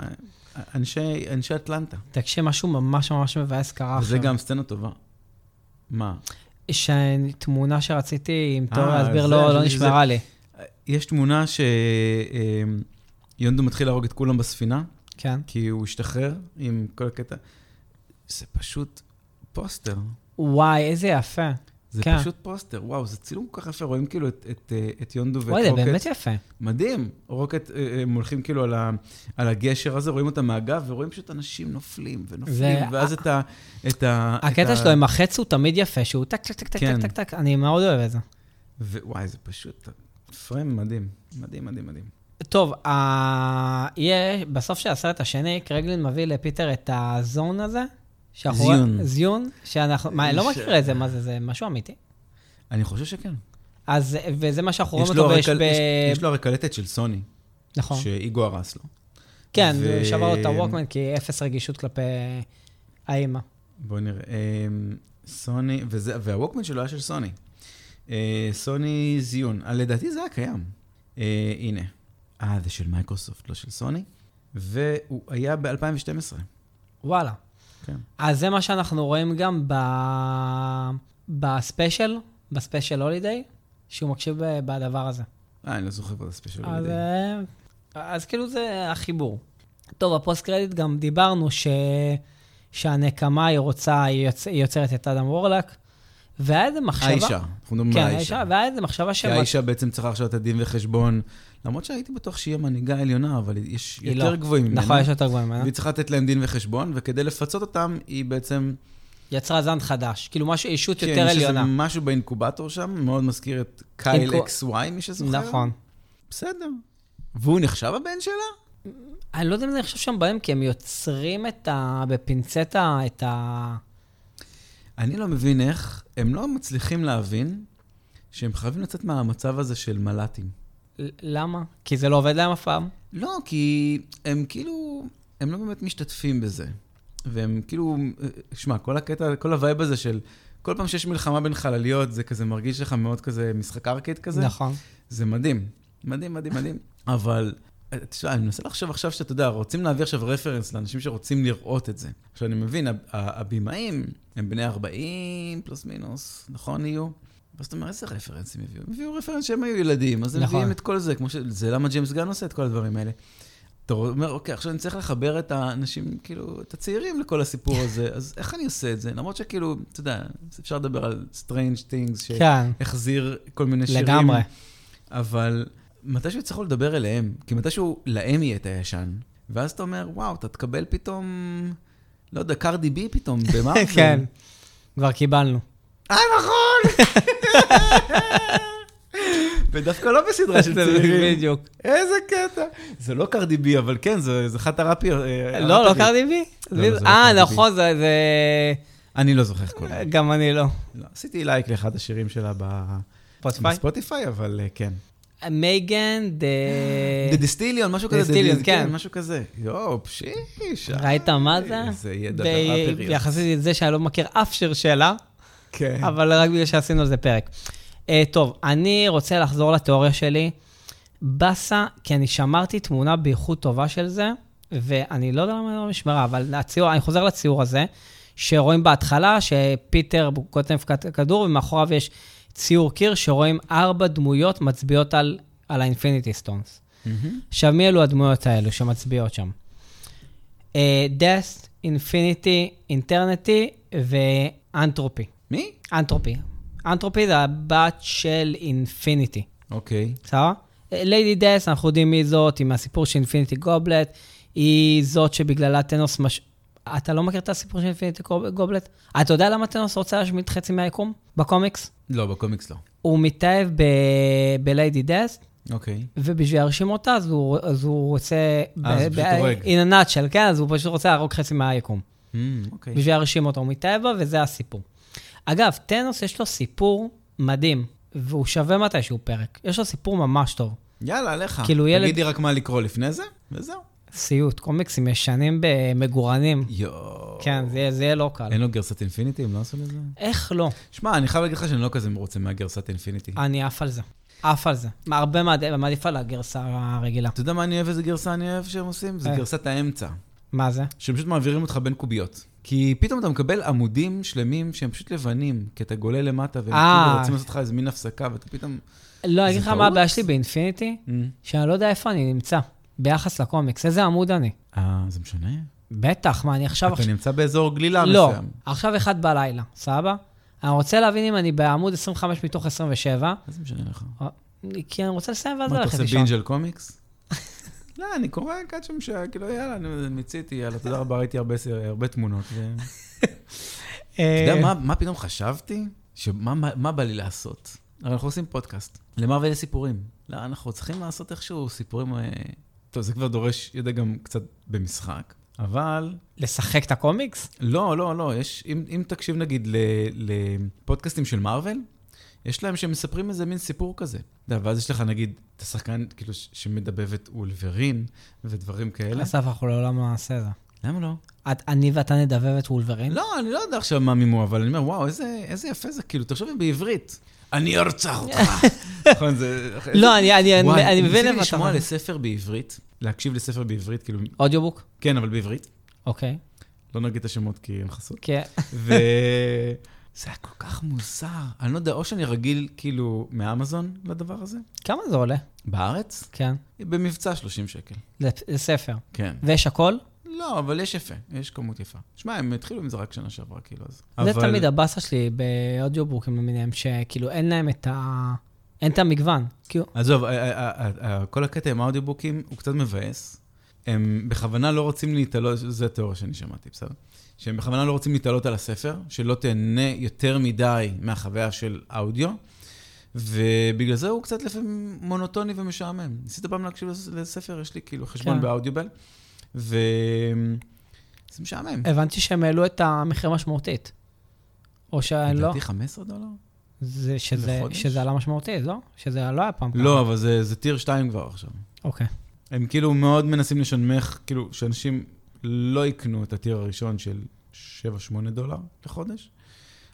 S1: אנשי, אנשי אטלנטה.
S2: תקשיב, משהו ממש ממש מבאס קרה עכשיו.
S1: וזה גם סצנה טובה. מה?
S2: שתמונה שרציתי עם תיאוריה
S1: אה,
S2: להסביר
S1: זה,
S2: לא
S1: זה,
S2: לא
S1: זה.
S2: נשמרה לי.
S1: יש תמונה שיונדו מתחיל להרוג את כולם בספינה.
S2: כן.
S1: כי הוא השתחרר עם כל הקטע. זה פשוט פוסטר.
S2: וואי, איזה יפה.
S1: זה
S2: כן.
S1: כן. פשוט פוסטר. וואו, זה צילום כל כך יפה. רואים כאילו את, את, אה, את יונדו ואת
S2: וואי, זה
S1: רוקט.
S2: באמת יפה.
S1: מדהים. רוקט, אה, אה, הם הולכים כאילו על, ה, על הגשר הזה, רואים אותם מהגב, ורואים פשוט אנשים נופלים ונופלים,
S2: זה-
S1: זה... ואז את ה... את ה... את
S2: הקטע
S1: ה-
S2: שלו עם החץ הוא תמיד יפה, שהוא טק, טק, טק, טק,
S1: כן.
S2: טק, טק, טק, אני מאוד אוהב את זה.
S1: ו- וואי, זה פשוט פריים מדהים. מדהים, מדהים, מדהים.
S2: טוב, ה... יהיה, בסוף של הסרט השני, קרגלין מביא לפיטר את הזון הזה. שאנחנו-
S1: זיון.
S2: זיון, שאנחנו... מה, לא
S1: ש-
S2: מכיר את זה, מה זה, זה משהו אמיתי.
S1: אני חושב שכן.
S2: אז, וזה מה שאנחנו
S1: יש
S2: רואים
S1: לו,
S2: אותו
S1: הרקל...
S2: בש... ב...
S1: יש, יש לו הרקלטת של סוני,
S2: נכון.
S1: שאיגו הרס לו.
S2: כן,
S1: ו-
S2: הוא שבר לו את הווקמן, כי אפס רגישות כלפי האימא.
S1: בואו נראה. אמ, סוני, וזה- והווקמן שלו היה של סוני. אה, סוני זיון. אה, לדעתי זה היה קיים. אה, הנה. אה, זה של מייקרוסופט, לא של סוני. והוא היה ב-2012.
S2: וואלה.
S1: כן.
S2: אז זה מה שאנחנו רואים גם ב... בספיישל, בספיישל הולידיי, שהוא מקשיב ב- בדבר הזה.
S1: אה, אני לא זוכר כבר את הספיישל.
S2: אז,
S1: הולידיי.
S2: אה, אז כאילו זה החיבור. טוב, הפוסט קרדיט גם דיברנו ש... שהנקמה היא רוצה, היא, יוצ... היא יוצרת את אדם וורלק, והיה איזה מחשבה...
S1: האישה. אנחנו מדברים
S2: כן,
S1: על
S2: האישה,
S1: האישה.
S2: והיה איזה מחשבה
S1: כי
S2: שהם...
S1: האישה בעצם צריכה עכשיו לתת דין וחשבון. למרות שהייתי בטוח שהיא המנהיגה העליונה, אבל יש
S2: היא
S1: יותר
S2: לא.
S1: גבוהים ממנה.
S2: נכון, יש יותר גבוהים ממנה.
S1: והיא צריכה לתת להם דין וחשבון, וכדי לפצות אותם, היא בעצם...
S2: יצרה זן חדש, כאילו משהו, אישות
S1: כן,
S2: יותר
S1: יש איזה
S2: עליונה.
S1: משהו באינקובטור שם, מאוד מזכיר את קייל
S2: אינקו-
S1: אקס וואי, מי שזוכר.
S2: נכון.
S1: בסדר. והוא נחשב הבן שלה?
S2: אני לא יודע אם זה נחשב שם בהם, כי הם יוצרים את ה... בפינצטה את ה...
S1: אני לא מבין איך, הם לא מצליחים להבין שהם חייבים לצאת מהמצב הזה של מל"טים.
S2: ל- למה? כי זה לא עובד להם אף פעם.
S1: לא, כי הם כאילו, הם לא באמת משתתפים בזה. והם כאילו, אה, שמע, כל הקטע, כל הווייב הזה של, כל פעם שיש מלחמה בין חלליות, זה כזה מרגיש לך מאוד כזה משחק ארקד כזה.
S2: נכון.
S1: זה מדהים. מדהים, מדהים, מדהים. אבל, אה, תשמע, אני מנסה לחשוב עכשיו שאתה יודע, רוצים להעביר עכשיו רפרנס לאנשים שרוצים לראות את זה. עכשיו, אני מבין, הב- ה- הבמאים הם בני 40 פלוס מינוס, נכון יהיו? ואז אתה אומר, איזה רפרנס הם הביאו? הם הביאו רפרנס שהם היו ילדים, אז הם
S2: נכון.
S1: מביאים את כל זה, כמו ש... זה למה ג'יימס גן עושה את כל הדברים האלה. אתה אומר, אוקיי, עכשיו אני צריך לחבר את האנשים, כאילו, את הצעירים לכל הסיפור הזה, אז איך אני עושה את זה? למרות שכאילו, אתה יודע, אפשר לדבר על Strange Things,
S2: כן,
S1: שהחזיר כל מיני שירים.
S2: לגמרי.
S1: אבל מתישהו יצטרכו לדבר אליהם, כי מתישהו להם יהיה את הישן, ואז אתה אומר, וואו, אתה תקבל פתאום, לא יודע, קרדי בי פתאום, במרוויל.
S2: כן, כבר קיבלנו.
S1: אה, נכון! ודווקא לא בסדרה של צעירים.
S2: בדיוק.
S1: איזה קטע. זה לא קרדי בי, אבל כן, זה זה אחת הראפיות. אה,
S2: לא, לא
S1: הראפרית.
S2: קרדי בי?
S1: לא, לא, זה לא
S2: אה,
S1: קרדי בי.
S2: נכון, זה... זה-
S1: אני לא זוכר איך קוראים. לה.
S2: גם אני לא.
S1: לא, עשיתי לייק לאחד השירים שלה ב-
S2: ספוטיפיי?
S1: בספוטיפיי, אבל אה, כן.
S2: מייגן, דה...
S1: The Distillion, משהו
S2: The
S1: כזה. The
S2: Distillion,
S1: Dis-
S2: כן.
S1: משהו כזה. יואו, פשיש. אה.
S2: ראית מה זה?
S1: איזה ידע
S2: ב-
S1: וראפריות.
S2: יחסית לזה שאני לא מכיר אף שיר שלה,
S1: כן.
S2: אבל רק בגלל שעשינו על זה פרק. אה, טוב, אני רוצה לחזור לתיאוריה שלי. באסה, כי אני שמרתי תמונה באיכות טובה של זה, ואני לא יודע למה היא לא נשמרה, אבל הציור, אני חוזר לציור הזה, שרואים בהתחלה שפיטר כותב כת- כדור, ומאחוריו יש ציור קיר שרואים ארבע דמויות מצביעות על, על האינפיניטי סטונס.
S1: מהמם.
S2: עכשיו, מי אלו הדמויות האלו שמצביעות שם? אה, דסט, אינפיניטי, אינטרנטי ואנטרופי.
S1: מי?
S2: אנטרופי. אנטרופי זה הבת של אינפיניטי,
S1: אוקיי.
S2: בסדר? ליידי דס, אנחנו יודעים מי זאת, היא מהסיפור של אינפיניטי גובלט, היא זאת שבגללה טנוס מש... אתה לא מכיר את הסיפור של אינפיניטי גוב- גובלט? אתה יודע למה טנוס רוצה להשמיד חצי מהיקום בקומיקס?
S1: לא, בקומיקס לא.
S2: הוא מתאהב ב... בליידי דס,
S1: אוקיי.
S2: ובשביל להרשים אותה, אז הוא, אז הוא רוצה...
S1: אה, אז הוא פשוט הורג.
S2: in a nutshell, כן, אז הוא פשוט רוצה להרוג חצי מהיקום.
S1: אמ, אוקיי.
S2: בשביל להרשים אותו, הוא מתאהב בה, וזה הסיפור. אגב, טנוס יש לו סיפור מדהים, והוא שווה מתישהו פרק. יש לו סיפור ממש טוב.
S1: יאללה, עליך.
S2: כאילו, ילד-
S1: תגידי רק מה לקרוא לפני זה, וזהו.
S2: סיוט, קומיקסים ישנים במגורנים.
S1: יואו.
S2: כן, זה, זה יהיה לא קל.
S1: אין לו גרסת אינפיניטי, הם לא עשו לזה?
S2: איך לא?
S1: שמע, אני חייב להגיד לך שאני לא כזה מרוצה מהגרסת אינפיניטי.
S2: אני עף על זה. עף על זה. מה, הרבה מעד- מעדיף על הגרסה הרגילה.
S1: אתה יודע מה אני אוהב, איזה גרסה אני אוהב שהם עושים? זה
S2: אה.
S1: גרסת האמצע.
S2: מה זה?
S1: שהם פשוט מעבירים אותך בין קוביות. כי פתאום אתה מקבל עמודים שלמים שהם פשוט לבנים, כי אתה גולה למטה, והם
S2: אה.
S1: כאילו רוצים לעשות לך איזה מין הפסקה, ואתה פתאום...
S2: לא, אני אגיד לך
S1: טעות?
S2: מה הבעיה שלי באינפיניטי,
S1: אמ.
S2: שאני לא יודע איפה אני נמצא ביחס לקומיקס. איזה עמוד אני?
S1: אה, זה משנה?
S2: בטח, מה, אני עכשיו...
S1: אתה נמצא באזור גלילה
S2: לא,
S1: מסוים.
S2: עכשיו אחד בלילה, סבבה? אני רוצה להבין אם אני בעמוד 25 מתוך 27,
S1: מה זה משנה לך? לא
S2: כי אני רוצה לסיים ואז
S1: מה, אתה
S2: ללכת
S1: עושה
S2: לישון.
S1: בינג' על קומיקס? לא, אני קורא קאט שם, שכאילו, יאללה, אני מיציתי, יאללה, תודה רבה, ראיתי הרבה ס- הרבה תמונות. ו- אתה יודע מה- מה פתאום חשבתי? שמה מה- מה בא לי לעשות? הרי אנחנו עושים פודקאסט. למרוויל יש סיפורים. לא, אנחנו צריכים לעשות איכשהו סיפורים... אה, טוב, זה כבר דורש ידע גם קצת במשחק, אבל...
S2: לשחק את הקומיקס?
S1: לא, לא, לא, יש... אם אם תקשיב, נגיד, ל- לפודקאסטים של מארוול, יש להם שמספרים איזה מין סיפור כזה. אתה יודע, ואז יש לך, נגיד, את השחקן, כאילו, ש- שמדבב את אולברין ודברים כאלה.
S2: אסף, אנחנו לעולם לא נעשה את זה.
S1: למה לא?
S2: את- אני ואתה נדבב את וולברין?
S1: לא, אני לא יודע עכשיו מה מימו, אבל אני אומר, וואו, איזה, איזה יפה זה, כאילו, תחשוב בעברית. אני ארצח אותך. נכון, זה...
S2: לא, אני- אני
S1: וואי,
S2: אני מבין
S1: ניסיתי
S2: למה אתה...
S1: לשמוע לספר בעברית, להקשיב לספר בעברית, כאילו,
S2: אודיובוק?
S1: כן, אבל בעברית.
S2: אוקיי.
S1: לא נגיד את השמות כי אין חסות.
S2: כן.
S1: ו... זה היה כל כך מוזר. אני לא יודע, או שאני רגיל, כאילו, מאמזון לדבר הזה,
S2: כמה זה עולה?
S1: בארץ,
S2: כן.
S1: במבצע 30 שקל.
S2: לת- לספר.
S1: כן.
S2: ויש הכל?
S1: לא, אבל יש יפה, יש כמות יפה. שמע, הם התחילו עם זה רק שנה שעברה, כאילו, אז...
S2: זה
S1: אבל-
S2: תמיד הבאסה שלי באודיובוקים למיניהם, שכאילו אין להם את ה... אין את המגוון. כאילו,
S1: עזוב, ה- ה- ה- ה- כל הקטע עם האודיובוקים הוא קצת מבאס. הם בכוונה לא רוצים להתעלות, זו התיאוריה שאני שמעתי, בסדר? שהם בכוונה לא רוצים להתעלות על הספר, שלא תהנה יותר מדי מהחוויה של אודיו, ובגלל זה הוא קצת לפעמים מונוטוני ומשעמם. ניסית פעם להקשיב לס- לספר, יש לי כאילו חשבון
S2: כן.
S1: באודיובל, ו... זה משעמם.
S2: הבנתי שהם העלו את המחיר משמעותית. או שלא.
S1: לדעתי 15 דולר?
S2: זה שזה,
S1: לחודש?
S2: שזה עלה משמעותית, לא? שזה לא היה פעם.
S1: לא, אבל זה זה טיר 2 כבר עכשיו.
S2: אוקיי.
S1: הם כאילו מאוד מנסים לשנמך, כאילו, שאנשים לא יקנו את הטיר הראשון של 7-8 דולר לחודש.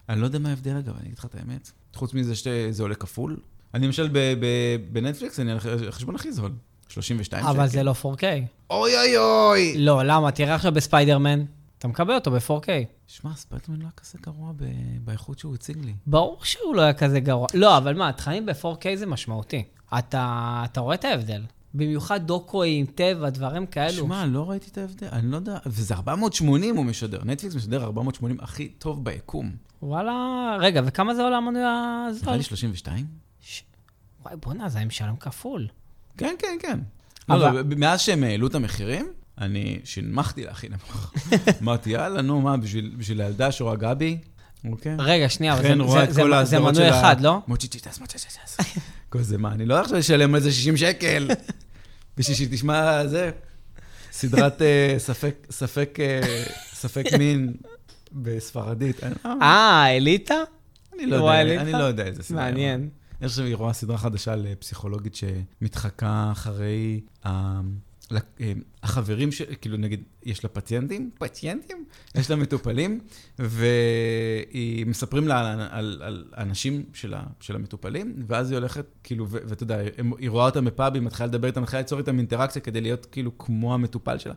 S1: אני לא יודע מה ההבדל, אגב, אני אגיד לך את האמת. חוץ מזה שזה עולה כפול. אני למשל ב- ב- בנטפליקס, אני על ח- חשבון הכי זול. 32 שקל.
S2: אבל זה לא 4K.
S1: אוי אוי אוי!
S2: לא, למה? תראה עכשיו בספיידרמן, אתה מקבל אותו ב-4K.
S1: שמע, ספייטמן לא היה כזה גרוע ב- באיכות שהוא הציג לי.
S2: ברור שהוא לא היה כזה גרוע. לא, אבל מה, התכנים ב-4K זה משמעותי. אתה, אתה רואה את ההבדל. במיוחד דוקואים, טבע, דברים כאלו.
S1: שמע, לא ראיתי את ההבדל, אני לא יודע, וזה 480 הוא משדר, נטפליקס משדר 480 הכי טוב ביקום.
S2: וואלה, רגע, וכמה זה עולה המנוי
S1: נראה
S2: הזול?
S1: לי 32?
S2: ש... וואי, בואנה, זה היה משלם כפול.
S1: כן, כן, כן.
S2: אבל-
S1: לא, לא, ב- מאז שהם העלו את המחירים, אני שינמכתי להכי נמוך. אמרתי, יאללה, נו, מה, בשביל בשביל הילדה שרואה גבי? אוקיי.
S2: רגע, שנייה, אבל
S1: חן
S2: זה-
S1: רואה
S2: זה-
S1: את
S2: זה-
S1: כל
S2: זה
S1: ההסדרות של
S2: מנוי אחד, לא?
S1: מוצ'יצ'יטס, מוצ'יצ'יטס. כל זה, מה, אני לא עכשיו אשלם על זה 60 שקל. בשביל שתשמע זה, סדרת אה, ספק- ספק אה, ספק מין בספרדית. אני לא-
S2: אה, אליטה?
S1: אני לא
S2: רואה
S1: יודע,
S2: אליטה?
S1: אני לא יודע איזה סדרה.
S2: מעניין.
S1: אני חושב שהיא רואה סדרה חדשה על אה, פסיכולוגית שמתחקה אחרי ה- ל- אה, החברים, ש- כאילו נגיד, יש לה פציינטים, פציינטים? יש לה מטופלים, והיא מספרים לה על, על, על אנשים שלה, של המטופלים, ואז היא הולכת, כאילו, ו- ואתה יודע, הם- היא רואה אותם בפאבים, מתחילה לדבר איתם, מתחילה ליצור איתם אינטראקציה כדי להיות כאילו כמו המטופל שלה.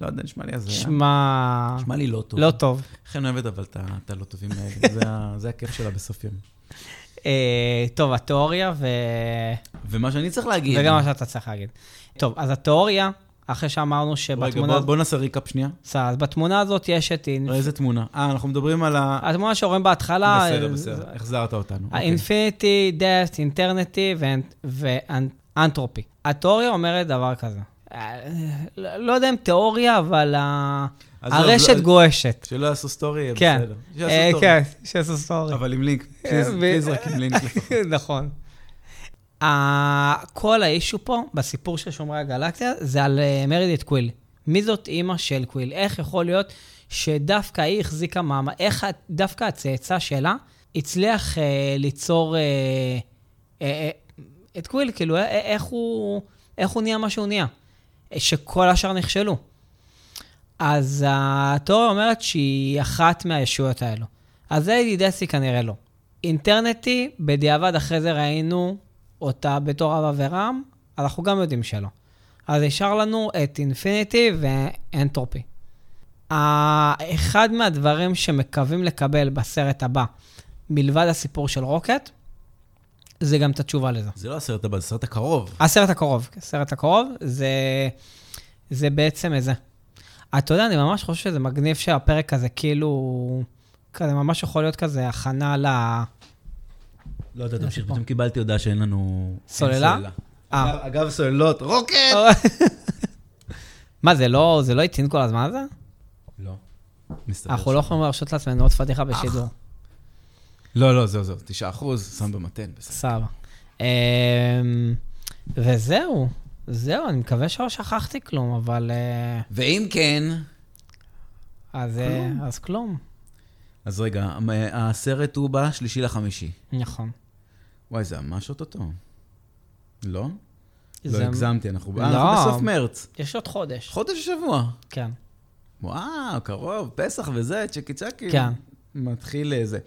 S1: לא יודע, נשמע לי הזיה.
S2: שמע...
S1: נשמע לי לא טוב.
S2: לא טוב.
S1: חן אוהבת אבל את ה- את הלא טובים האלה, זה ה- זה הכיף שלה בסוף יום.
S2: אה, טוב, התיאוריה ו...
S1: ומה שאני צריך להגיד...
S2: וגם מה שאתה צריך להגיד. טוב, אז התיאוריה, אחרי שאמרנו
S1: רגע,
S2: שבתמונה...
S1: בוא, בוא נעשה ריקאפ שנייה.
S2: בסדר, אז בתמונה הזאת יש את... אינ-
S1: ראה איזה תמונה. אה, אנחנו מדברים על ה...
S2: התמונה שרואים בהתחלה... אה,
S1: בסדר, בסדר, החזרת אותנו. אוקיי.
S2: אינפיניטי, דאט, אינטרנטי ואנתרופי. התיאוריה אומרת דבר כזה. אה, לא לא יודע אם תיאוריה, אבל ה-
S1: אז
S2: הרשת
S1: לא, לא-
S2: גועשת.
S1: שלא יעשו סטורי, יהיה
S2: כן.
S1: בסדר. שיעשו
S2: אה,
S1: סטורי.
S2: כן, שיעשו סטורי.
S1: אבל עם לינק.
S2: ו-
S1: פליז רק עם לינק. לפחות.
S2: נכון. ה- כל האישו פה, בסיפור של שומרי הגלקסיה, זה על אה, מרידיט קוויל. מי זאת אימא של קוויל? איך יכול להיות שדווקא היא החזיקה מעמד, איך ה- דווקא הצאצא שלה הצליח אה, ליצור אה, אה, אה, את קוויל, כאילו, אה, אה, איך הוא, איך הוא נהיה מה שהוא נהיה? אה, שכל השאר נכשלו. אז התיאוריה אומרת שהיא אחת מהישויות האלו. אז זה ידידסי כנראה לא. אינטרנטי, בדיעבד אחרי זה ראינו אותה בתור אבא ורם, אנחנו גם יודעים שלא. אז השאר לנו את אינפיניטי ואנטרופי. ה- אחד מהדברים שמקווים לקבל בסרט הבא, מלבד הסיפור של רוקט, זה גם את התשובה לזה.
S1: זה לא הסרט הבא, זה הסרט הקרוב.
S2: הסרט הקרוב, הסרט הקרוב זה, זה בעצם איזה. אתה יודע, אני ממש חושב שזה מגניב שהפרק הזה כאילו, כזה ממש יכול להיות כזה הכנה ל...
S1: לא יודע,
S2: תמשיך, פתאום
S1: קיבלתי הודעה שאין לנו...
S2: אה, נכון. סוללה? אה.
S1: אגב, סוללות, רוקט!
S2: מה, זה לא, זה לא התאים כל הזמן הזה?
S1: לא. מסתבר.
S2: אה, אנחנו לא אה, יכולים להרשות לעצמנו עוד פדיחה בשידור.
S1: לא, לא, זהו, זהו, 9 אחוז, שם במתן, בסדר.
S2: סבבה. אמ, וזהו, זהו, אני מקווה שלא שכחתי כלום, אבל... אה,
S1: ואם כן...
S2: אז אה, אז כלום.
S1: אז רגע, המ- אה, הסרט הוא בשלישי לחמישי.
S2: נכון.
S1: וואי, זה ממש אוטוטו. לא? לא
S2: זה-
S1: הגזמתי, אנחנו אה,
S2: לא.
S1: אנחנו בסוף מרץ.
S2: יש עוד חודש.
S1: חודש השבוע.
S2: כן.
S1: וואו, קרוב, פסח וזה, צ'קי צ'קי.
S2: כן.
S1: מתחיל איזה.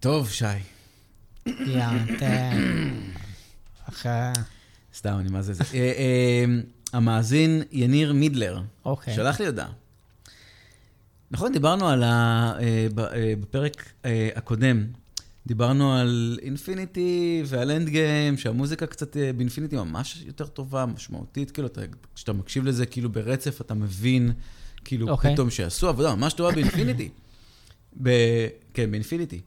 S1: טוב, שי.
S2: יא, אחרי...
S1: סתם, אני מה זה זה. אה, אה, המאזין יניר מידלר.
S2: אוקיי.
S1: שלח לי הודעה. נכון, דיברנו על ה... אה, ב- אה, בפרק אה, הקודם, דיברנו על אינפיניטי ועל אנד גיים, שהמוזיקה קצת אה, באינפיניטי ממש יותר טובה, משמעותית, כאילו, אתה, כשאתה מקשיב לזה כאילו ברצף, אתה מבין, כאילו,
S2: אוקיי.
S1: פתאום שעשו עבודה ממש טובה באינפיניטי. ב- כן, באינפיניטי.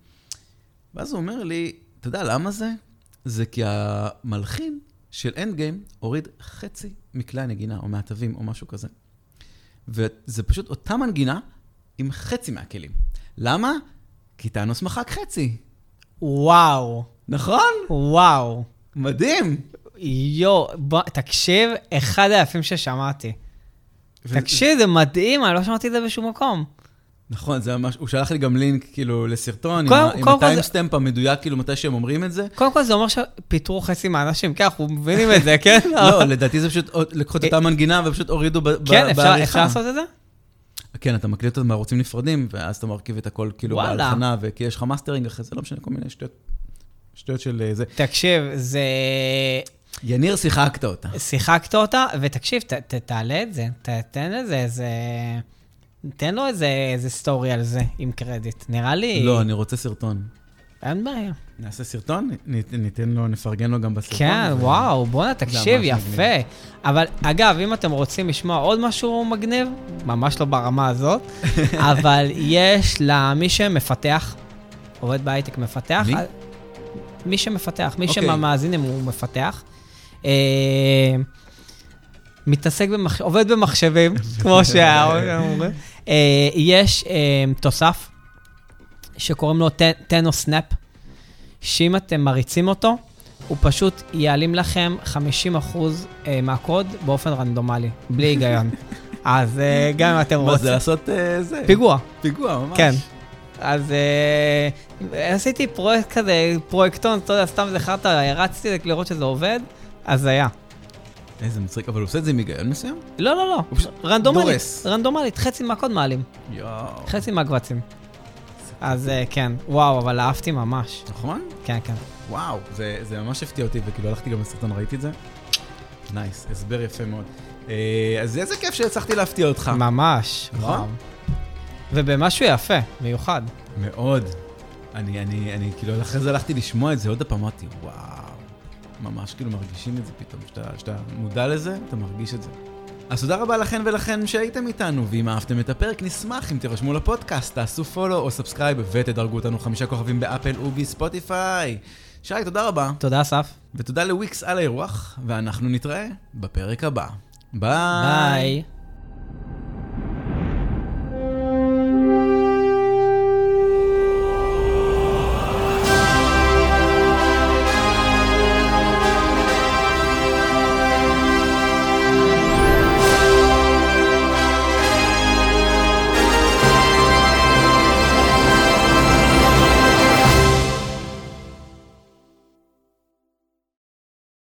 S1: ואז הוא אומר לי, אתה יודע למה זה? זה כי המלחין של אנד גיים הוריד חצי מכלי הנגינה, או מהתווים, או משהו כזה. וזה פשוט אותה מנגינה עם חצי מהכלים. למה? כי טאנוס מחק חצי.
S2: וואו,
S1: נכון?
S2: וואו.
S1: מדהים.
S2: יואו, בוא, תקשיב, אחד היפים ששמעתי.
S1: ו-
S2: תקשיב, זה מדהים, אני לא שמעתי את זה בשום מקום.
S1: נכון, זה ממש, הוא שלח לי גם לינק, כאילו, לסרטון,
S2: קודם-
S1: עם
S2: קודם כל זה-
S1: הטיימסטמפ המדויק, כאילו, מתי שהם אומרים את זה.
S2: קודם כל זה אומר שפיטרו חצי מהאנשים, כי אנחנו מבינים את זה, כן? אה-
S1: לא, לדעתי זה פשוט, עוד- לקחו את אותה מנגינה ופשוט הורידו ב- ב-
S2: כן, אפשר-
S1: בעריכה.
S2: אפשר לעשות את זה?
S1: כן, אתה מקליט אותו מערוצים נפרדים, ואז אתה מרכיב את הכל, כאילו,
S2: וואלה.
S1: בהלחנה, וכי יש לך מאסטרינג אחרי זה, לא משנה, כל מיני שטויות, שטויות של אה, זה.
S2: תקשיב, זה...
S1: יניר, שיחקת אותה.
S2: אה, שיחקת אותה, ותקשיב, ת- ת- תעלה את זה, ת- תן לזה איזה... תן לו איזה איזה סטורי על זה, עם קרדיט. נראה לי...
S1: לא, אני רוצה סרטון.
S2: אין בעיה.
S1: נעשה סרטון? נ- ניתן לו, נפרגן לו גם בסרטון.
S2: כן,
S1: ו-
S2: וואו, בואנה, תקשיב,
S1: ממש מגניב.
S2: יפה. אבל אגב, אם אתם רוצים לשמוע עוד משהו מגניב, ממש לא ברמה הזאת, אבל יש למי שמפתח, עובד בהייטק מפתח,
S1: מי?
S2: אז- מי שמפתח, מי
S1: אוקיי.
S2: שמאזין אם הוא מפתח, אה, מתעסק, במח- עובד במחשבים, כמו שאומרים, אה, יש אה, תוסף שקוראים לו טן- טנו סנאפ, שאם אתם מריצים אותו, הוא פשוט יעלים לכם 50% אה, מהקוד באופן רנדומלי, בלי היגיון. אז אה, גם אם אתם
S1: מה זה
S2: רוצים...
S1: לעשות אה, זה?
S2: פיגוע.
S1: פיגוע, ממש.
S2: כן. אז אה, עשיתי פרויקט כזה, פרויקטון, אתה יודע, סתם זכרת, הרצתי לראות שזה עובד, אז היה.
S1: איזה מצחיק, אבל הוא עושה את זה עם היגיון מסוים?
S2: לא, לא, לא,
S1: הוא פשוט
S2: רנדומלית,
S1: דורס.
S2: רנדומלית, חצי מהקוד מעלים,
S1: יואו.
S2: חצי מהקבצים. אז אה, כן, וואו, אבל אהבתי ממש.
S1: נכון?
S2: כן, כן.
S1: וואו, זה, זה ממש הפתיע אותי, וכאילו הלכתי גם לסרטון, ראיתי את זה. נייס, הסבר יפה מאוד. אה, אז איזה כיף שהצלחתי להפתיע אותך.
S2: ממש,
S1: נכון?
S2: וואו. ובמשהו יפה, מיוחד.
S1: מאוד. אני, אני, אני, כאילו, אחרי זה הלכתי לשמוע את זה עוד פעם, אמרתי, וואו. ממש כאילו מרגישים את זה פתאום, כשאתה- כשאתה מודע לזה, אתה מרגיש את זה. אז תודה רבה לכן ולכן שהייתם איתנו, ואם אהבתם את הפרק, נשמח אם תירשמו לפודקאסט, תעשו פולו או סאבסקרייב ותדרגו אותנו חמישה כוכבים באפל ובספוטיפיי. שי, תודה רבה.
S2: תודה, אסף.
S1: ותודה לוויקס על האירוח, ואנחנו נתראה בפרק הבא. ביי.
S2: ביי.